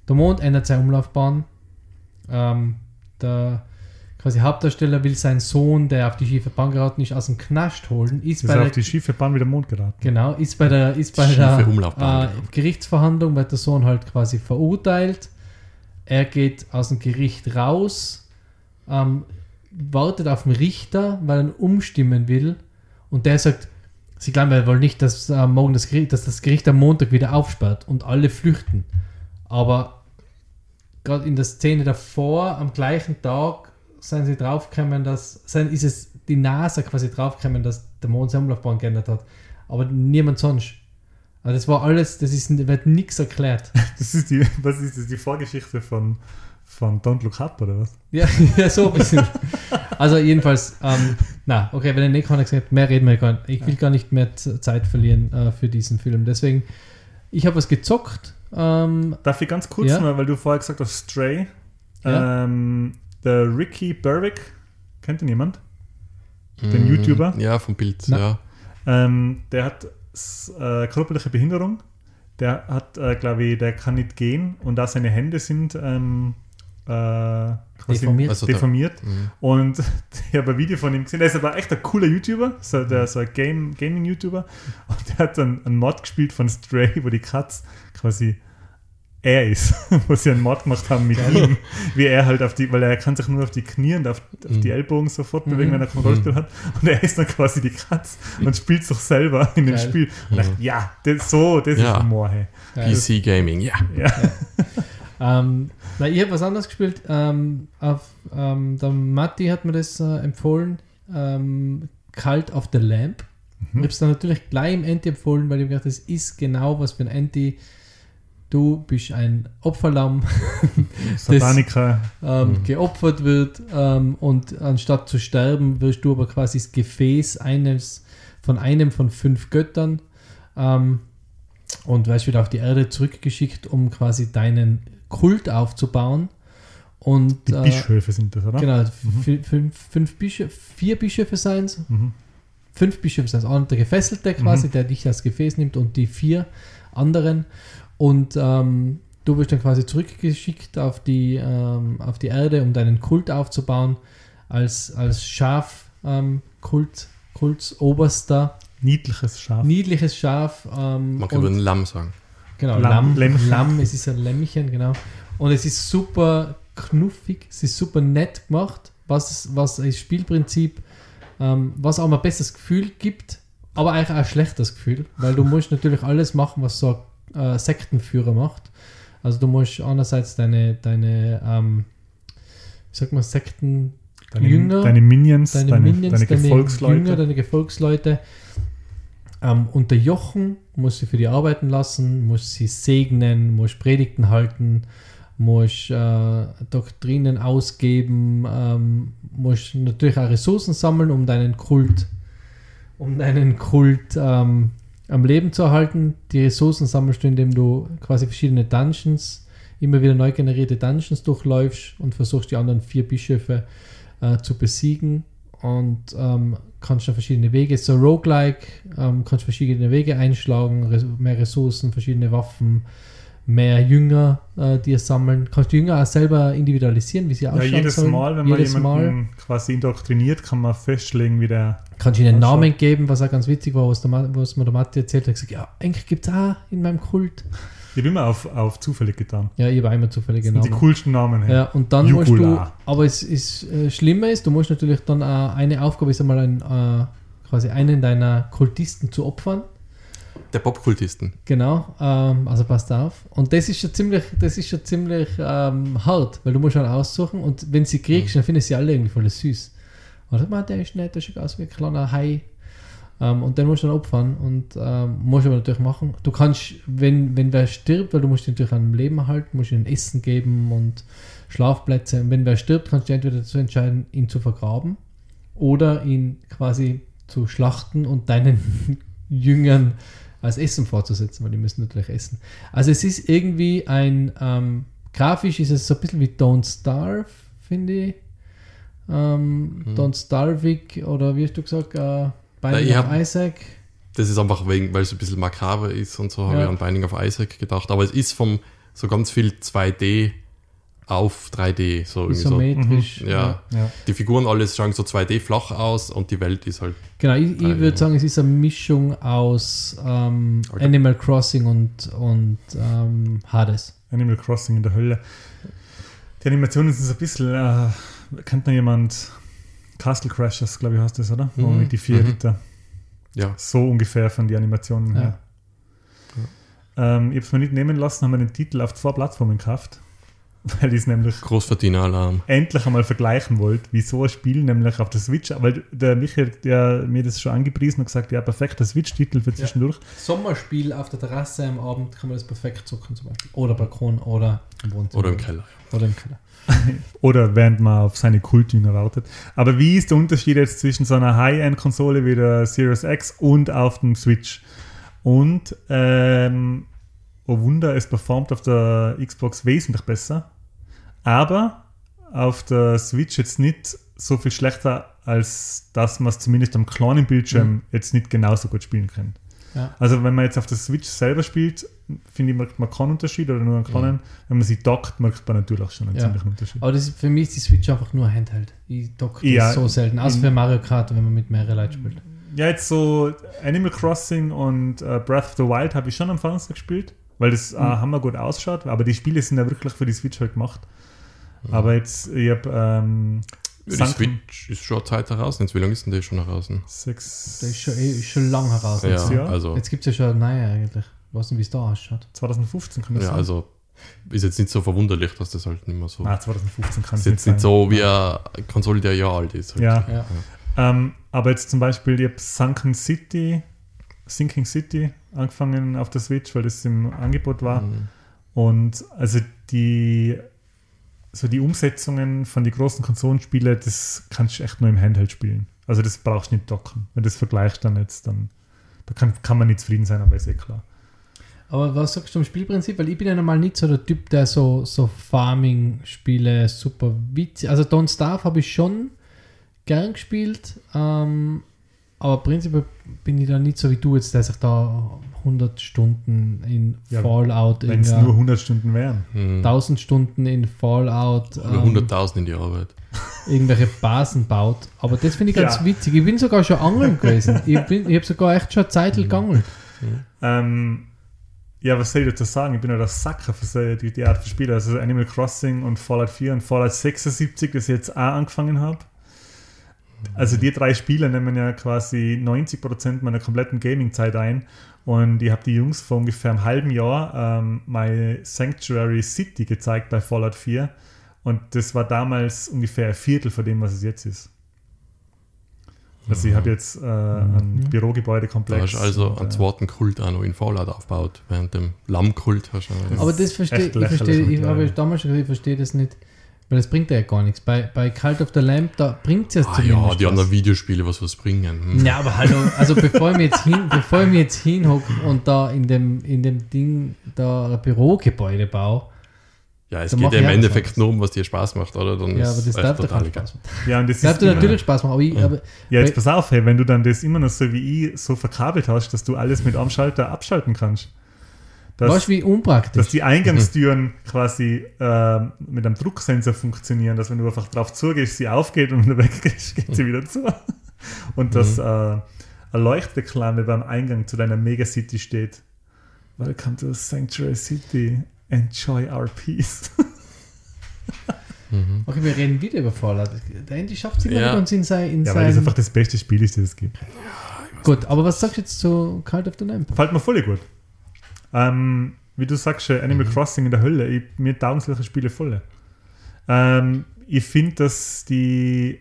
S1: Der Mond ändert seine Umlaufbahn. Ähm, der quasi Hauptdarsteller will seinen Sohn, der auf die schiefe Bahn geraten ist, aus dem Knast holen. Ist,
S3: Ist
S1: bei
S3: er
S1: der,
S3: auf die schiefe Bahn wie der Mond geraten.
S1: genau, ist bei der, ist bei
S2: Schiefe
S1: der
S2: Umlaufbahn,
S1: äh,
S2: genau.
S1: Gerichtsverhandlung wird der Sohn halt quasi verurteilt. Er geht aus dem Gericht raus, ähm, wartet auf den Richter, weil er ihn umstimmen will. Und der sagt, sie glauben ja wohl nicht, dass, äh, morgen das Gericht, dass das Gericht am Montag wieder aufsperrt und alle flüchten. Aber gerade in der Szene davor, am gleichen Tag, sind sie draufgekommen, dass sein, ist es die NASA quasi draufgekommen, dass der Mond seine Umlaufbahn geändert hat. Aber niemand sonst. Also das war alles, das ist, wird nichts erklärt.
S3: Das ist die, was ist das, die Vorgeschichte von, von Don't Look Up, oder was?
S1: Ja, ja so ein bisschen. Also jedenfalls, ähm, na, okay, wenn ihr nicht keiner gesagt habt, mehr reden wir gar nicht. Ich will gar nicht mehr Z- Zeit verlieren äh, für diesen Film. Deswegen, ich habe was gezockt. Ähm,
S3: Darf ich ganz kurz
S1: Ja.
S3: mal, weil du vorher gesagt hast, Stray.
S1: Ja.
S3: Ähm, der Ricky Berwick, kennt ihn jemand?
S2: Mm,
S3: Den YouTuber?
S2: Hm, Ja, vom Bild,
S1: Na.
S2: ja.
S3: Ähm, der hat s- äh, körperliche Behinderung. Der hat, äh, glaube ich, der kann nicht gehen und da seine Hände sind ähm, äh, quasi
S1: Deformiert.
S2: Also der-
S3: deformiert.
S2: Mhm.
S3: Und ich habe ein Video von ihm gesehen. Der ist aber echt ein cooler YouTuber, so,
S1: Mhm.
S3: der, so ein Game, Gaming-YouTuber. Und der hat dann einen Mod gespielt von Stray, wo die Katz quasi er ist, wo sie einen Mod gemacht haben mit ihm, wie er halt auf die, weil er kann sich nur auf die Knie und auf, auf
S1: Mhm.
S3: die Ellbogen sofort bewegen, wenn er keinen Rollstuhl hat. Und er ist dann quasi die Katz und spielt sich selber in dem
S1: Geil.
S3: Spiel. Und ja, ja das, so, das
S2: Ja.
S3: ist Humor, hey.
S1: geil.
S2: PC Gaming, ja.
S3: Ja.
S1: Ähm, na, ich habe was anderes gespielt. Ähm, auf, ähm, der Matti hat mir das äh, empfohlen. Ähm, Cult of the Lamp. Ich habe es dann natürlich gleich im Anti empfohlen, weil ich mir gedacht das ist genau was für ein Anti. Du bist ein Opferlamm,
S3: Sataniker.
S1: ähm,
S3: Mhm.
S1: geopfert wird ähm, und anstatt zu sterben, wirst du aber quasi das Gefäß eines von einem von fünf Göttern. Ähm, und weißt wieder auf die Erde zurückgeschickt, um quasi deinen Kult aufzubauen. Und
S3: Die
S1: äh,
S3: Bischöfe ne? Mhm. sind das, oder?
S1: Genau, vi- fünf, fünf Bischöfe, vier Bischöfe seien es.
S3: Mhm.
S1: Fünf Bischöfe seien es. Einer der Gefesselte quasi,
S2: Mhm.
S1: der dich als Gefäß nimmt und die vier anderen. Und ähm, du wirst dann quasi zurückgeschickt auf die, ähm, auf die Erde, um deinen Kult aufzubauen, als, als Schaf, ähm, Kult, Kultsoberster,
S3: Niedliches Schaf.
S1: niedliches Schaf. Ähm,
S2: Man
S1: und-
S2: kann über den Lamm sagen.
S1: Genau,
S3: Lamm-
S1: Lamm,
S3: Lämmchen.
S1: Lamm, es ist ein Lämmchen, genau. Und es ist super knuffig, es ist super nett gemacht, was, was das Spielprinzip, ähm, was auch mal ein besseres Gefühl gibt, aber eigentlich auch ein schlechtes Gefühl, weil du musst natürlich alles machen, was so ein äh, Sektenführer macht. Also du musst einerseits deine, deine ähm, wie sagt man, Sekten,
S3: Deine,
S1: Jünger,
S3: deine Minions, deine,
S1: deine,
S3: deine,
S1: Minions, deine,
S3: Gefolgsleute.
S1: Jünger, deine Gefolgsleute ähm, unterjochen, muss sie für die arbeiten lassen, muss sie segnen, muss Predigten halten, muss äh, Doktrinen ausgeben, ähm, muss natürlich auch Ressourcen sammeln, um deinen Kult, um deinen Kult ähm, am Leben zu erhalten. Die Ressourcen sammelst du, indem du quasi verschiedene Dungeons, immer wieder neu generierte Dungeons durchläufst und versuchst die anderen vier Bischöfe äh, zu besiegen und ähm, kannst dann verschiedene Wege, so roguelike, ähm, kannst verschiedene Wege einschlagen, res mehr Ressourcen, verschiedene Waffen, mehr Jünger äh, dir sammeln. Kannst die Jünger auch selber individualisieren, wie sie
S3: Ja,
S1: ausschauen
S3: jedes
S1: sollen.
S3: Mal, wenn man
S1: Jedes
S3: jemanden
S1: Mal.
S3: quasi indoktriniert, kann man festlegen, wie der.
S1: Kannst du ihnen einen
S3: Ausschaut.
S1: Namen geben, was auch ganz witzig war, was, der, Ma- was mir der Matti erzählt hat. gesagt, ja, eigentlich gibt es auch in meinem Kult.
S3: Ich habe immer auf, auf zufällig getan.
S1: Ja, ich war immer zufällig
S3: Das sind
S1: genau.
S3: die coolsten Namen. hey.
S1: Ja, und dann
S3: Jugula.
S1: musst du, aber es ist äh, schlimmer ist, du musst natürlich dann auch eine Aufgabe ist einmal ein, äh, quasi einen deiner Kultisten zu opfern.
S2: Der Popkultisten.
S1: Genau, ähm, also passt auf. Und das ist schon ziemlich, das ist schon ziemlich ähm, hart, weil du musst schon aussuchen und wenn sie kriegst, dann findest du sie alle irgendwie voll süß. Oder man, der ist nett, der schaut aus wie ein kleiner Hai. Ähm, und den musst du dann opfern und ähm, musst aber natürlich machen. Du kannst, wenn, wenn wer stirbt, weil du musst ihn natürlich am Leben halten, musst ihm Essen geben und Schlafplätze. Und wenn wer stirbt, kannst du entweder dazu entscheiden, ihn zu vergraben oder ihn quasi zu schlachten und deinen Jüngern als Essen vorzusetzen, weil die müssen natürlich essen. Also es ist irgendwie ein, ähm, grafisch ist es so ein bisschen wie Don't Starve, finde ich. Ähm, Don't Starvig oder wie hast du gesagt, äh, Binding
S2: Mhm. ich
S1: of
S2: hab-
S1: Isaac.
S2: Das ist einfach wegen, weil es ein bisschen makaber ist und so, habe
S1: Ja.
S2: ich an Binding of Isaac gedacht. Aber es ist vom so ganz viel 2D auf 3D. So irgendwie so. mhm.
S1: Isometrisch.
S2: Ja.
S3: Ja.
S2: Die Figuren alles schauen so 2D flach aus und die Welt ist halt.
S1: Genau, ich, ich
S2: Ah, ja.
S1: würde sagen, es ist eine Mischung aus ähm,
S2: Alter.
S1: Animal Crossing und, und ähm, Hades.
S3: Animal Crossing in der Hölle. Die Animationen sind so ein bisschen. Äh, kennt noch jemand? Castle Crashers, glaube ich, heißt das, oder? Wo
S2: Mhm.
S3: mit die vier
S2: Mhm.
S3: Ritter.
S2: Ja.
S3: So ungefähr von den Animationen
S1: Ja.
S3: her. Ähm, ich habe es mir nicht nehmen lassen, haben wir den Titel auf zwei Plattformen gekauft, weil ich es nämlich
S2: Großverdieneralarm.
S3: endlich einmal vergleichen wollt, wie so ein Spiel nämlich auf der Switch, weil der Michael, der mir das schon angepriesen und gesagt, ja, perfekter Switch-Titel für zwischendurch.
S1: Sommerspiel auf der Terrasse am Abend kann man das perfekt zocken zum Beispiel. Oder Balkon oder im Wohnzimmer.
S2: Oder im Keller.
S1: Oder im Keller.
S3: Oder während man auf seine Kultjünger wartet. Aber wie ist der Unterschied jetzt zwischen so einer High-End-Konsole wie der Series X und auf dem Switch? Und, ähm, oh Wunder, es performt auf der Xbox wesentlich besser, aber auf der Switch jetzt nicht so viel schlechter, als dass man es zumindest am kleinen Bildschirm jetzt nicht genauso gut spielen kann.
S1: Mhm. Ja.
S3: Also wenn man jetzt auf der Switch selber spielt, finde ich, merkt man keinen Unterschied oder nur einen kleinen. Wenn man sie dockt, merkt man natürlich schon einen
S1: Ja.
S3: ziemlichen Unterschied.
S1: Aber das ist, für mich ist die Switch einfach nur Handheld. Ich dock das
S3: Ja,
S1: so selten. Außer
S3: in-
S1: für Mario Kart, wenn man mit mehreren Leuten spielt.
S3: Ja, jetzt so Animal Crossing und äh, Breath of the Wild habe ich schon am Fernseher gespielt, weil das äh, hammergut ausschaut. Aber die Spiele sind ja wirklich für die Switch halt gemacht. Aber jetzt, ich habe ähm,
S2: Ja, Die
S3: Sunken-
S2: Switch ist schon Zeit heraus. Jetzt, wie lange ist denn die schon heraus?
S3: sechs,
S1: Das ist schon, eh- ist schon lang heraus.
S2: Ja,
S3: Jahr?
S2: also.
S1: Jetzt gibt es ja schon naja eigentlich. Ich weiß nicht, wie es da ausschaut.
S3: 2015 kann das
S2: Ja,
S3: sein.
S2: also ist jetzt nicht so verwunderlich, dass das halt nicht mehr so.
S3: Nein, 2015 Ah, kann
S2: ist
S3: es
S2: jetzt
S3: sein.
S2: nicht so wie eine Konsole, die ein Jahr alt ist. halt.
S3: Ja.
S1: Ja.
S3: Ähm, aber jetzt zum Beispiel, ich habe Sunken City, Sinking City angefangen auf der Switch, weil das im Angebot war.
S2: Mhm.
S3: Und also die, so die Umsetzungen von den großen Konsolenspielen, das kannst du echt nur im Handheld spielen. Also das brauchst du nicht docken. Wenn du das vergleichst dann jetzt, dann da kann, kann man nicht zufrieden sein, aber ist eh klar.
S1: Aber was sagst du zum Spielprinzip? Weil ich bin ja normal nicht so der Typ, der so, so Farming-Spiele super witzig. Also Don't Starve habe ich schon gern gespielt, ähm, aber prinzipiell bin ich da nicht so wie du jetzt, der sich da 100 Stunden in
S3: Ja,
S1: Fallout,
S3: Wenn es
S1: in,
S3: nur 100 Stunden wären.
S2: Mhm.
S1: 1000 Stunden in Fallout
S2: Oder
S1: ähm,
S2: 100.000 in die Arbeit.
S1: irgendwelche Basen baut. Aber das finde ich ganz
S3: Ja.
S1: witzig. Ich bin sogar schon angeln gewesen. Ich, bin- ich habe sogar echt schon Zeitl
S3: Mhm.
S1: geangelt.
S3: Ähm, ja, was soll ich dazu sagen? Ich bin ja der Sacker für so die, die Art von Spielen. Also Animal Crossing und Fallout 4 und Fallout 76, das ich jetzt auch angefangen habe. Also die drei Spiele nehmen ja quasi 90% meiner kompletten Gaming-Zeit ein. Und ich habe die Jungs vor ungefähr einem halben Jahr ähm, My Sanctuary City gezeigt bei Fallout 4. Und das war damals ungefähr ein Viertel von dem, was es jetzt ist. Also ich habe jetzt äh, ein
S2: Mhm. Da
S3: Bürogebäudekomplex.
S2: hast du also
S3: und,
S2: einen
S3: äh,
S2: zweiten Kult auch noch in Fallout aufgebaut. Während dem Lammkult hast du auch noch-
S1: Aber das
S3: ist
S1: verstehe ich,
S3: echt lächerlich
S1: verstehe, ich
S3: mittlerweile.
S1: habe ich damals schon gesagt, ich verstehe das nicht, weil das bringt ja gar nichts. Bei, bei Cult of the Lamp, da bringt es ja
S2: Ah
S1: zumindest
S2: ja, die
S1: was.
S2: anderen Videospiele, was was bringen. Hm.
S1: Ja, aber hallo, also bevor ich mir jetzt hin, bevor ich mir jetzt hinhocke und da in dem, in dem Ding da ein Bürogebäude baue,
S2: Ja, es
S1: Dann
S2: geht
S1: mach
S2: ja
S1: ich
S2: im
S1: auch
S2: Endeffekt
S1: was.
S2: nur um, was dir Spaß macht, oder? Dann
S1: ja, aber das
S2: ist
S1: darf
S2: echt
S1: doch
S2: total
S1: keinen
S2: egal.
S1: Spaß machen.
S3: Ja, und das
S1: Das
S3: ist
S1: darf dir
S3: immer-
S1: natürlich Spaß machen, aber ich, aber,
S3: Ja, jetzt
S1: Weil-
S3: pass auf, hey, wenn du dann das immer noch so wie ich so verkabelt hast, dass du alles mit einem Schalter abschalten kannst.
S1: weißt
S3: Dass,
S1: du, wie Mhm.
S3: dass
S1: unpraktisch.
S3: die Eingangstüren quasi ähm, mit einem Drucksensor funktionieren, dass wenn du einfach drauf zugehst, sie aufgeht und wenn du weggehst, geht sie wieder zu. Und dass
S1: Mhm.
S3: äh, eine Leuchtreklame beim Eingang zu deiner Megacity steht. Welcome to Sanctuary City. Enjoy our peace.
S1: Okay, wir reden wieder über Fallout. Der Andy schafft es immer
S2: Ja.
S1: wieder uns in sein. In
S3: Ja, weil das
S1: sein
S3: einfach das beste Spiel ist, das es gibt.
S1: gut, aber was sagst du jetzt zu Cult of the Lamp?
S3: Fällt mir voll gut. Ähm, wie du sagst, äh,
S1: Mhm.
S3: Animal Crossing in der Hölle, ich, mir taugen solche Spiele voll. Ähm, ich finde, dass die,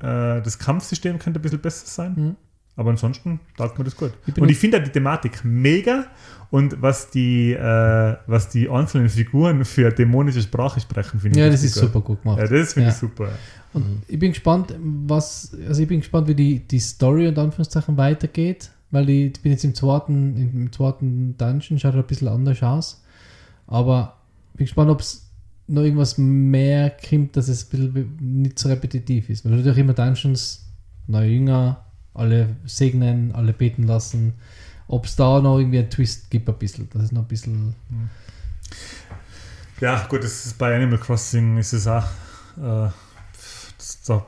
S3: äh, das Kampfsystem könnte ein bisschen besser sein,
S1: Mhm.
S3: aber ansonsten taugt mir das gut.
S1: Ich bin
S3: und
S1: ein-
S3: ich finde auch die Thematik mega und was die, äh, was die einzelnen Figuren für dämonische Sprache sprechen, finde
S1: Ja,
S3: ich
S1: das
S3: richtig
S1: ist
S3: gut.
S1: super gut gemacht.
S3: Ja, das finde
S1: Ja.
S3: ich super.
S1: Und ich bin gespannt, was, also ich bin gespannt, wie die, die Story und Anführungszeichen weitergeht, weil ich, bin jetzt im zweiten, im zweiten Dungeon, schaut ein bisschen anders aus. Aber ich bin gespannt, ob es noch irgendwas mehr kommt, dass es ein bisschen nicht so repetitiv ist. Weil natürlich immer Dungeons, neue Jünger, alle segnen, alle beten lassen. Ob es da noch irgendwie einen Twist gibt, ein bisschen, dass es noch ein bisschen.
S3: Ja, gut, das ist bei Animal Crossing ist es auch, äh, das ist auch,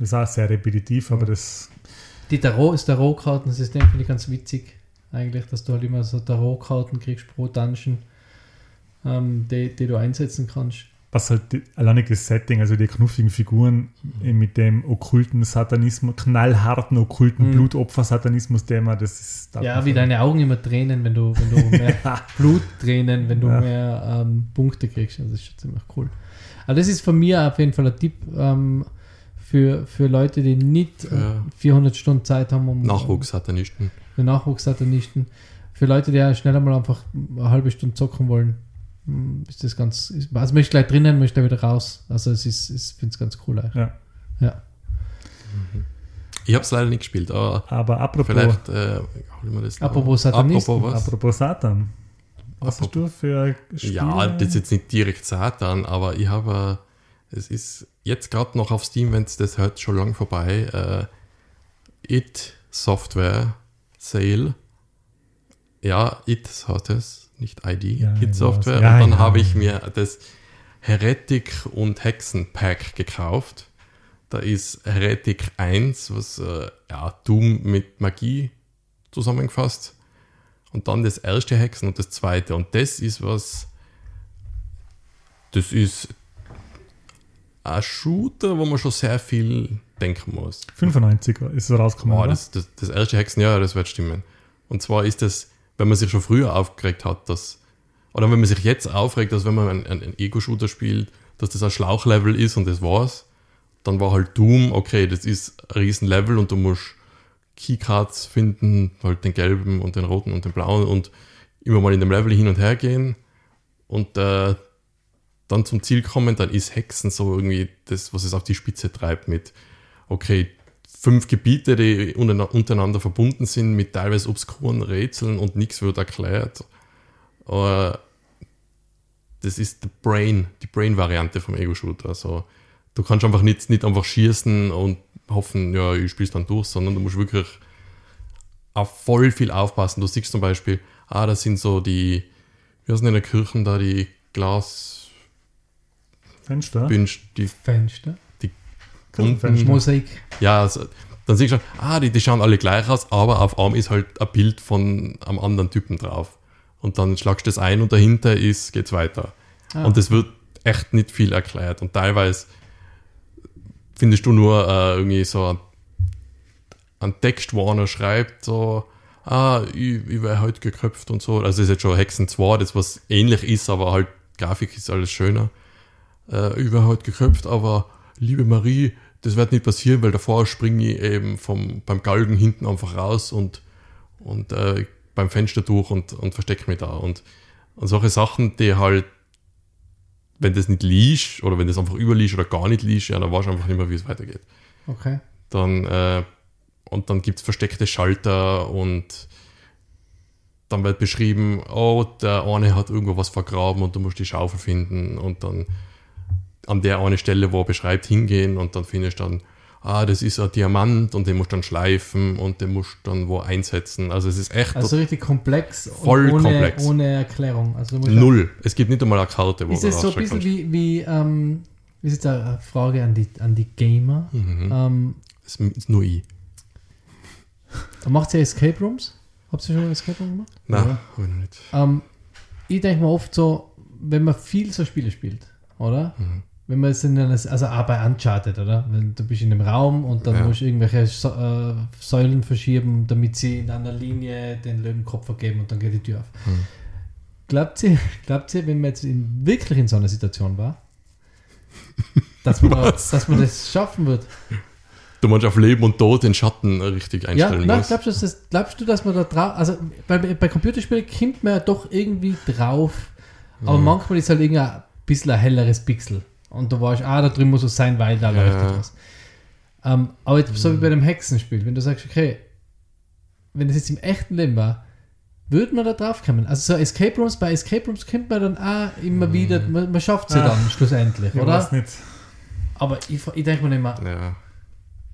S3: das ist auch sehr repetitiv, aber das
S1: Die Tarot ist Tarotkartensystem, finde ich ganz witzig. Eigentlich, dass du halt immer so Tarotkarten kriegst pro Dungeon, ähm, die, die du einsetzen kannst.
S3: was halt die, alleine das Setting, also die knuffigen Figuren
S1: Mhm.
S3: äh, mit dem okkulten Satanismus, knallharten okkulten
S1: Mhm.
S3: Blutopfer-Satanismus-Thema, das ist da
S1: ja, wie deine Augen immer tränen, wenn du, wenn du mehr
S3: Ja.
S1: Blut tränen, wenn du
S3: Ja.
S1: mehr ähm, Punkte kriegst. Also das ist schon ziemlich cool. Aber das ist von mir auf jeden Fall ein Tipp ähm, für, für Leute, die nicht äh,
S2: Ja.
S1: 400 Stunden Zeit haben, um
S2: Nachwuchssatanisten.
S1: für Nachwuchssatanisten. Für Leute, die ja schnell einmal einfach eine halbe Stunde zocken wollen, mm, ist das ganz. Ist, also möchte gleich drinnen, möchte gleich wieder raus. Also es ist, ich finde es ganz cool eigentlich.
S3: Ja.
S1: Ja.
S2: Ich habe es leider nicht gespielt, aber
S3: Aber apropos,
S2: vielleicht äh, hol ich mir das
S1: Apropos
S2: noch.
S1: Satanisten,
S2: Apropos was?
S3: apropos Satan, was hast du für Spiele?
S2: Ja, das ist jetzt nicht direkt Satan, aber ich habe, äh, es ist jetzt gerade noch auf Steam, wenn es das hört, schon lang vorbei. Äh, It Software Sale. Ja, It hat es, nicht ID.
S3: Ja,
S2: It
S3: ja,
S2: Software.
S3: ja,
S2: und dann
S3: ja.
S2: habe ich mir das Heretic und Hexen Pack gekauft. Da ist Heretic 1, was äh, ja, Doom mit Magie zusammengefasst. Und dann das erste Hexen und das zweite. Und das ist was. Das ist ein Shooter, wo man schon sehr viel denken muss.
S3: 95 ist es rausgekommen.
S2: Boah,
S3: oder?
S2: das, das, das erste Hexen, ja, das wird stimmen. Und zwar ist das, wenn man sich schon früher aufgeregt hat, dass. Oder wenn man sich jetzt aufregt, dass wenn man einen, einen Ego-Shooter spielt, dass das ein Schlauchlevel ist und das war's. Dann war halt Doom, okay, das ist ein Riesenlevel und du musst Keycards finden, halt den gelben und den roten und den blauen und immer mal in dem Level hin und her gehen und äh, dann zum Ziel kommen, dann ist Hexen so irgendwie das, was es auf die Spitze treibt mit, okay, fünf Gebiete, die untereinander verbunden sind mit teilweise obskuren Rätseln und nichts wird erklärt Aber das ist die Brain, die Brain-Variante vom Ego-Shooter. Also du kannst einfach nicht, nicht einfach schießen und hoffen, ja, ich spiel's dann durch, sondern du musst wirklich auf voll viel aufpassen. Du siehst zum Beispiel, ah, das sind so die, wie heißen in der Kirche da die Glas,
S3: Fenster.
S2: die
S1: Fenster.
S3: Kirchenfenster.
S1: Mosaik.
S2: Ja, also, dann siehst du schon, ah, die, die schauen alle gleich aus, aber auf einem ist halt ein Bild von einem anderen Typen drauf. Und dann schlagst du das ein und dahinter ist, geht's weiter.
S1: Ah.
S2: Und das wird echt nicht viel erklärt. Und teilweise findest du nur äh, irgendwie so einen- einen Text, wo einer schreibt, so, ah, ich, ich wär heute geköpft und so. Also das ist jetzt schon Hexen 2, das was ähnlich ist, aber halt Grafik ist alles schöner. Äh, ich wär heute geköpft, aber liebe Marie, das wird nicht passieren, weil davor springe ich eben vom, beim Galgen hinten einfach raus und, und äh, beim Fenster durch und, und verstecke mich da. Und, und solche Sachen, die halt, wenn das nicht liest oder wenn das einfach überliest oder gar nicht liest, ja, dann weißt du einfach nicht mehr, wie es weitergeht.
S1: Okay.
S2: Dann, äh, und dann gibt es versteckte Schalter und dann wird beschrieben, oh, der eine hat irgendwo was vergraben und du musst die Schaufel finden und dann an der eine Stelle, wo er beschreibt, hingehen und dann findest du dann, ah, das ist ein Diamant und den musst du dann schleifen und den musst du dann wo einsetzen. Also es ist echt
S1: Also richtig komplex. und
S2: Voll
S1: ohne,
S2: komplex.
S1: Ohne Erklärung. Also du musst
S2: null. Es gibt nicht einmal eine Karte, wo
S1: Ist es so ein
S2: rausschauen
S1: bisschen
S2: kannst.
S1: wie, wie ähm, ist jetzt eine Frage an die, an die Gamer.
S2: Mhm.
S1: Ähm,
S2: Es ist nur ich.
S1: macht ihr Escape Rooms? Habt ihr schon mal Escape Room gemacht?
S2: Nein,
S3: Ja.
S2: hab ich noch nicht.
S1: Ähm, ich denke mir oft so, wenn man viel so Spiele spielt, oder? Wenn man jetzt in einer, also auch bei Uncharted, oder? Wenn du bist in einem Raum und dann
S2: Ja.
S1: musst du irgendwelche so äh, Säulen verschieben, damit sie in einer Linie den Löwenkopf vergeben und dann geht die Tür auf. Glaubt ihr, glaubt ihr, wenn man jetzt in, wirklich in so einer Situation war, dass man, dass man das schaffen wird?
S2: Du meinst auf Leben und Tod den Schatten richtig
S1: Ja,
S2: einstellen
S1: nein,
S2: musst.
S1: glaubst, du, dass das, glaubst du, dass man da drauf, also bei, bei Computerspielen kommt man ja doch irgendwie drauf, aber
S3: Mhm.
S1: manchmal ist halt irgendein bisschen ein helleres Pixel und du weißt, ah, da drüben muss es sein, weil da
S2: Ja.
S1: läuft etwas. Ähm, aber jetzt, so wie
S3: Mhm.
S1: bei dem Hexenspiel, wenn du sagst, okay, wenn das jetzt im echten Leben war, würde man da drauf kommen. Also so Escape Rooms, bei Escape Rooms kommt man dann auch immer wieder, man, man schafft sie
S3: Mhm. Ah.
S1: dann schlussendlich,
S3: Ich
S1: oder?
S3: weiß nicht.
S1: Aber ich, ich denke mir immer,
S2: Ja.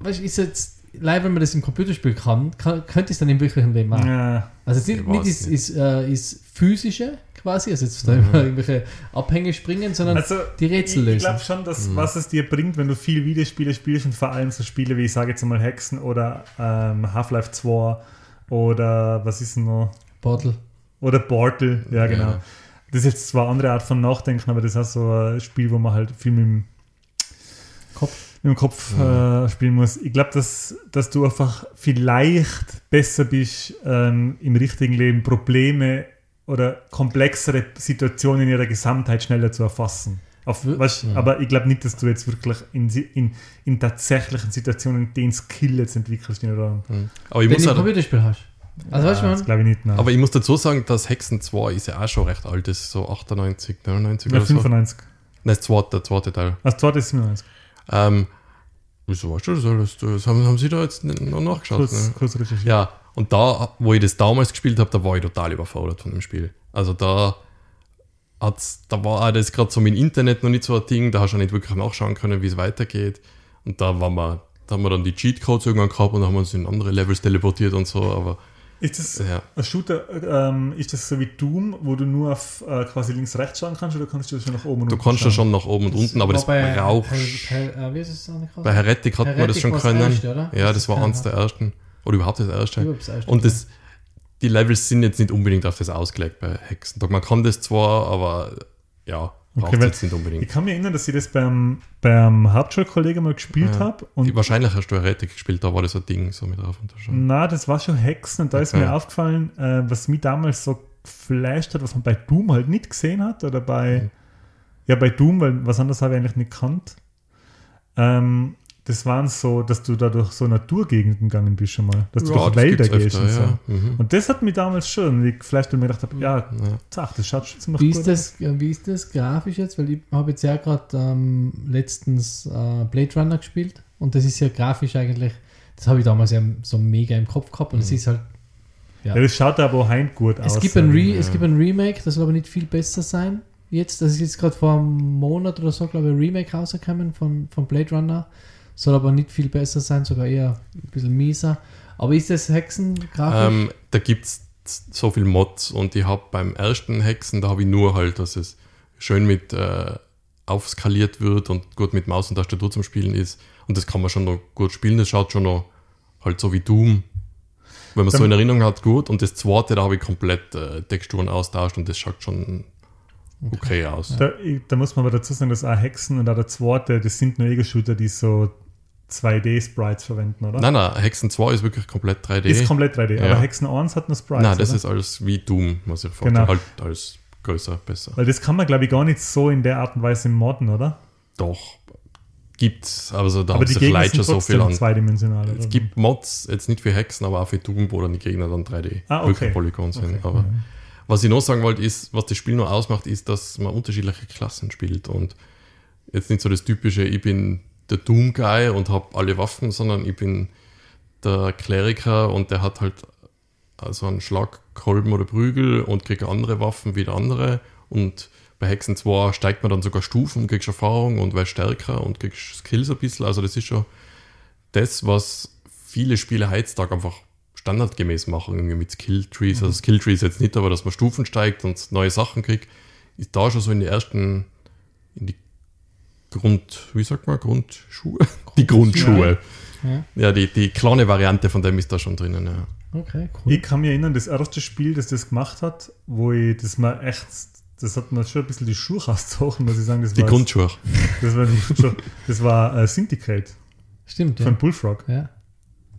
S1: weißt du, ist jetzt, leider, wenn man das im Computerspiel kann, kann könnte ich es dann im wirklichen Leben machen.
S3: Ja.
S1: Also es ist
S2: Ich
S1: nicht,
S2: weiß
S1: ist,
S2: nicht.
S1: ist, äh, ist physische quasi, also jetzt da immer irgendwelche Abhänge springen, sondern
S3: Also,
S1: die Rätsel
S3: ich, ich
S1: lösen. Hm.
S3: glaube schon, dass was es dir bringt, wenn du viel Videospiele spielst und vor allem so Spiele wie, ich sage jetzt mal Hexen oder ähm, Half-Life 2 oder was ist denn noch?
S1: Portal.
S3: Oder Portal, ja genau.
S2: Ja.
S3: Das ist jetzt zwar eine andere Art von Nachdenken, aber das ist auch so ein Spiel, wo man halt viel mit dem
S1: Kopf.
S3: mit dem Kopf äh, spielen muss. Ich glaube, dass, dass du einfach vielleicht besser bist, ähm, im richtigen Leben Probleme oder komplexere Situationen in ihrer Gesamtheit schneller zu erfassen. Auf,
S1: Wir-
S3: weißt, Aber ich glaube nicht, dass du jetzt wirklich in, si- in, in tatsächlichen Situationen den Skill jetzt entwickelst. In oder,
S2: Aber, ich
S1: Wenn du
S2: muss
S1: ein
S2: halt,
S1: Computerspiel hast. Also weißt du,
S3: das
S1: man,
S3: glaube ich nicht. Nein.
S2: aber ich muss dazu sagen, dass Hexen 2 ist ja auch schon recht alt, das ist so 98, 99
S3: ja,
S2: oder so. Nein,
S3: 95.
S2: das zweite, der zweite Teil.
S3: Als zweites 97.
S2: Ähm, wieso weißt du das alles? Das haben, haben sie da jetzt nicht noch nachgeschaut.
S3: Kurz,
S2: Ne?
S3: kurz recherchiert.
S2: Ja, und da, wo ich das damals gespielt habe, da war ich total überfordert von dem Spiel. Also da hat's, da war auch das gerade so mit dem Internet noch nicht so ein Ding, da hast du auch nicht wirklich nachschauen können, wie es weitergeht. Und da waren wir, da haben wir dann die Cheatcodes irgendwann gehabt und haben uns in andere Levels teleportiert und so, aber
S3: Ist das
S2: ja.
S3: ein Shooter, äh, ähm, ist das so wie Doom, wo du nur auf äh, quasi links-rechts schauen kannst oder kannst du schon nach oben und
S2: Du kannst ja schon nach oben und unten, aber das brauchst.
S1: Hel, Hel, äh, wie ist es auch nicht
S2: Bei
S1: raus?
S2: Heretic hat man das
S1: Heretic
S2: schon
S1: war's
S2: können.
S1: erste, oder?
S2: Ja,
S1: Das
S2: das
S1: ist
S2: war
S1: kein
S2: eins der ersten. Oder überhaupt das erste.
S1: Überhaupt das erste,
S2: Und das, die Levels sind jetzt nicht unbedingt auf das ausgelegt bei Hexen. Man kann das zwar, aber ja, braucht
S3: weil-
S2: jetzt nicht
S3: Ich
S2: unbedingt.
S3: kann mich erinnern, dass ich das beim, beim Hauptschulkollegen mal gespielt
S2: Ja.
S3: habe.
S2: Und
S3: Und
S2: Wahrscheinlich hast du Heretic gespielt, da war das ein Ding so mit drauf und da schon.
S3: na, das war schon Hexen. Und da ist
S2: Okay.
S3: mir aufgefallen, äh, was mich damals so geflasht hat, was man bei Doom halt nicht gesehen hat. Oder bei.
S2: Mhm.
S3: Ja, bei Doom, weil was anderes habe ich eigentlich nicht gekannt. Ähm, das waren so, dass du da durch so Naturgegenden gegangen bist schon mal. Dass du
S2: Ja,
S3: durch
S2: das
S3: Wälder
S2: gibt's
S3: gehst
S2: öfter,
S3: und so.
S2: ja. Mhm.
S3: Und das hat mich damals schon wie geflasht, weil ich mir gedacht habe, ja, zach, das schaut schon ziemlich
S1: Wie ist,
S3: gut
S1: das, äh, wie ist das grafisch jetzt? Weil ich habe jetzt ja gerade ähm, letztens äh, Blade Runner gespielt
S2: Mhm.
S1: und das ist ja grafisch eigentlich, das habe ich damals ja so mega im Kopf gehabt und es ist halt
S3: aus.
S1: Ja.
S3: Ja, das schaut aber auch heim gut aus.
S1: Es gibt, ein Re
S2: ja.
S1: es gibt ein Remake, das soll aber nicht viel besser sein. Jetzt, das ist jetzt gerade vor einem Monat oder so, glaube ich, ein Remake rausgekommen von, von Blade Runner. Soll aber nicht viel besser sein, sogar eher ein bisschen mieser. Aber ist das Hexengrafisch?
S2: Ähm, da gibt es so viel Mods und ich habe beim ersten Hexen, da habe ich nur halt, dass es schön mit äh, aufskaliert wird und gut mit Maus und Tastatur zum Spielen ist. Und das kann man schon noch gut spielen. Das schaut schon noch halt so wie Doom. Wenn man so
S3: Dann-
S2: in Erinnerung hat, gut. Und das zweite, da habe ich komplett äh, Texturen austauscht und das schaut schon okay aus.
S3: Da, da muss man aber dazu sagen, dass auch Hexen und auch der zweite, das sind nur Ego-Shooter, die so 2D-Sprites verwenden, oder?
S2: Nein, nein, Hexen 2 ist wirklich komplett 3D.
S3: Ist komplett 3D,
S2: Ja.
S3: aber Hexen 1 hat nur Sprites.
S2: nein, das
S3: oder?
S2: ist alles wie Doom, was ich vorstelle.
S3: Genau.
S2: Halt alles größer, besser.
S3: Weil das kann man, glaube ich, gar nicht so in der Art und Weise modden, oder?
S2: Doch, gibt's. Also da
S3: aber
S2: haben
S3: die
S2: sich
S3: Gegner
S2: vielleicht
S3: sind
S2: schon so viel
S3: trotzdem
S2: an.
S3: zweidimensional. oder?
S2: Es gibt Mods, jetzt nicht für Hexen, aber auch für Doom, wo dann die Gegner dann 3D
S3: Ah, okay.
S2: wirklich Polygon sind.
S3: Okay, Mhm.
S2: Aber
S3: ja.
S2: was ich noch sagen wollte, ist, was das Spiel nur ausmacht, ist, dass man unterschiedliche Klassen spielt und jetzt nicht so das typische, ich bin der Doom-Guy und habe alle Waffen, sondern ich bin der Kleriker und der hat halt also einen Schlagkolben oder Prügel und kriegt andere Waffen wie der andere und bei Hexen 2 steigt man dann sogar Stufen, kriegst Erfahrung und wirst stärker und kriegst Skills ein bisschen, also das ist schon das, was viele Spiele heutzutage einfach standardgemäß machen, irgendwie mit Skilltrees.
S3: Mhm.
S2: Also Skilltrees jetzt nicht, aber dass man Stufen steigt und neue Sachen kriegt, ist da schon so in die ersten, in die Grund, wie sagt man, Grundschuhe? Die Grundschuhe.
S1: ja.
S2: Ja, die, die kleine Variante von dem ist da schon drinnen. Ja.
S1: Okay, cool.
S3: Ich kann mich erinnern, das erste Spiel, das das gemacht hat, wo ich, das mir echt, das hat mir schon ein bisschen die Schuhe rausgezogen, muss ich sagen. Das
S2: Die
S3: war,
S2: Grundschuhe.
S3: Das war, die, das war äh, Syndicate
S1: Stimmt, ja.
S3: von Bullfrog.
S1: ja.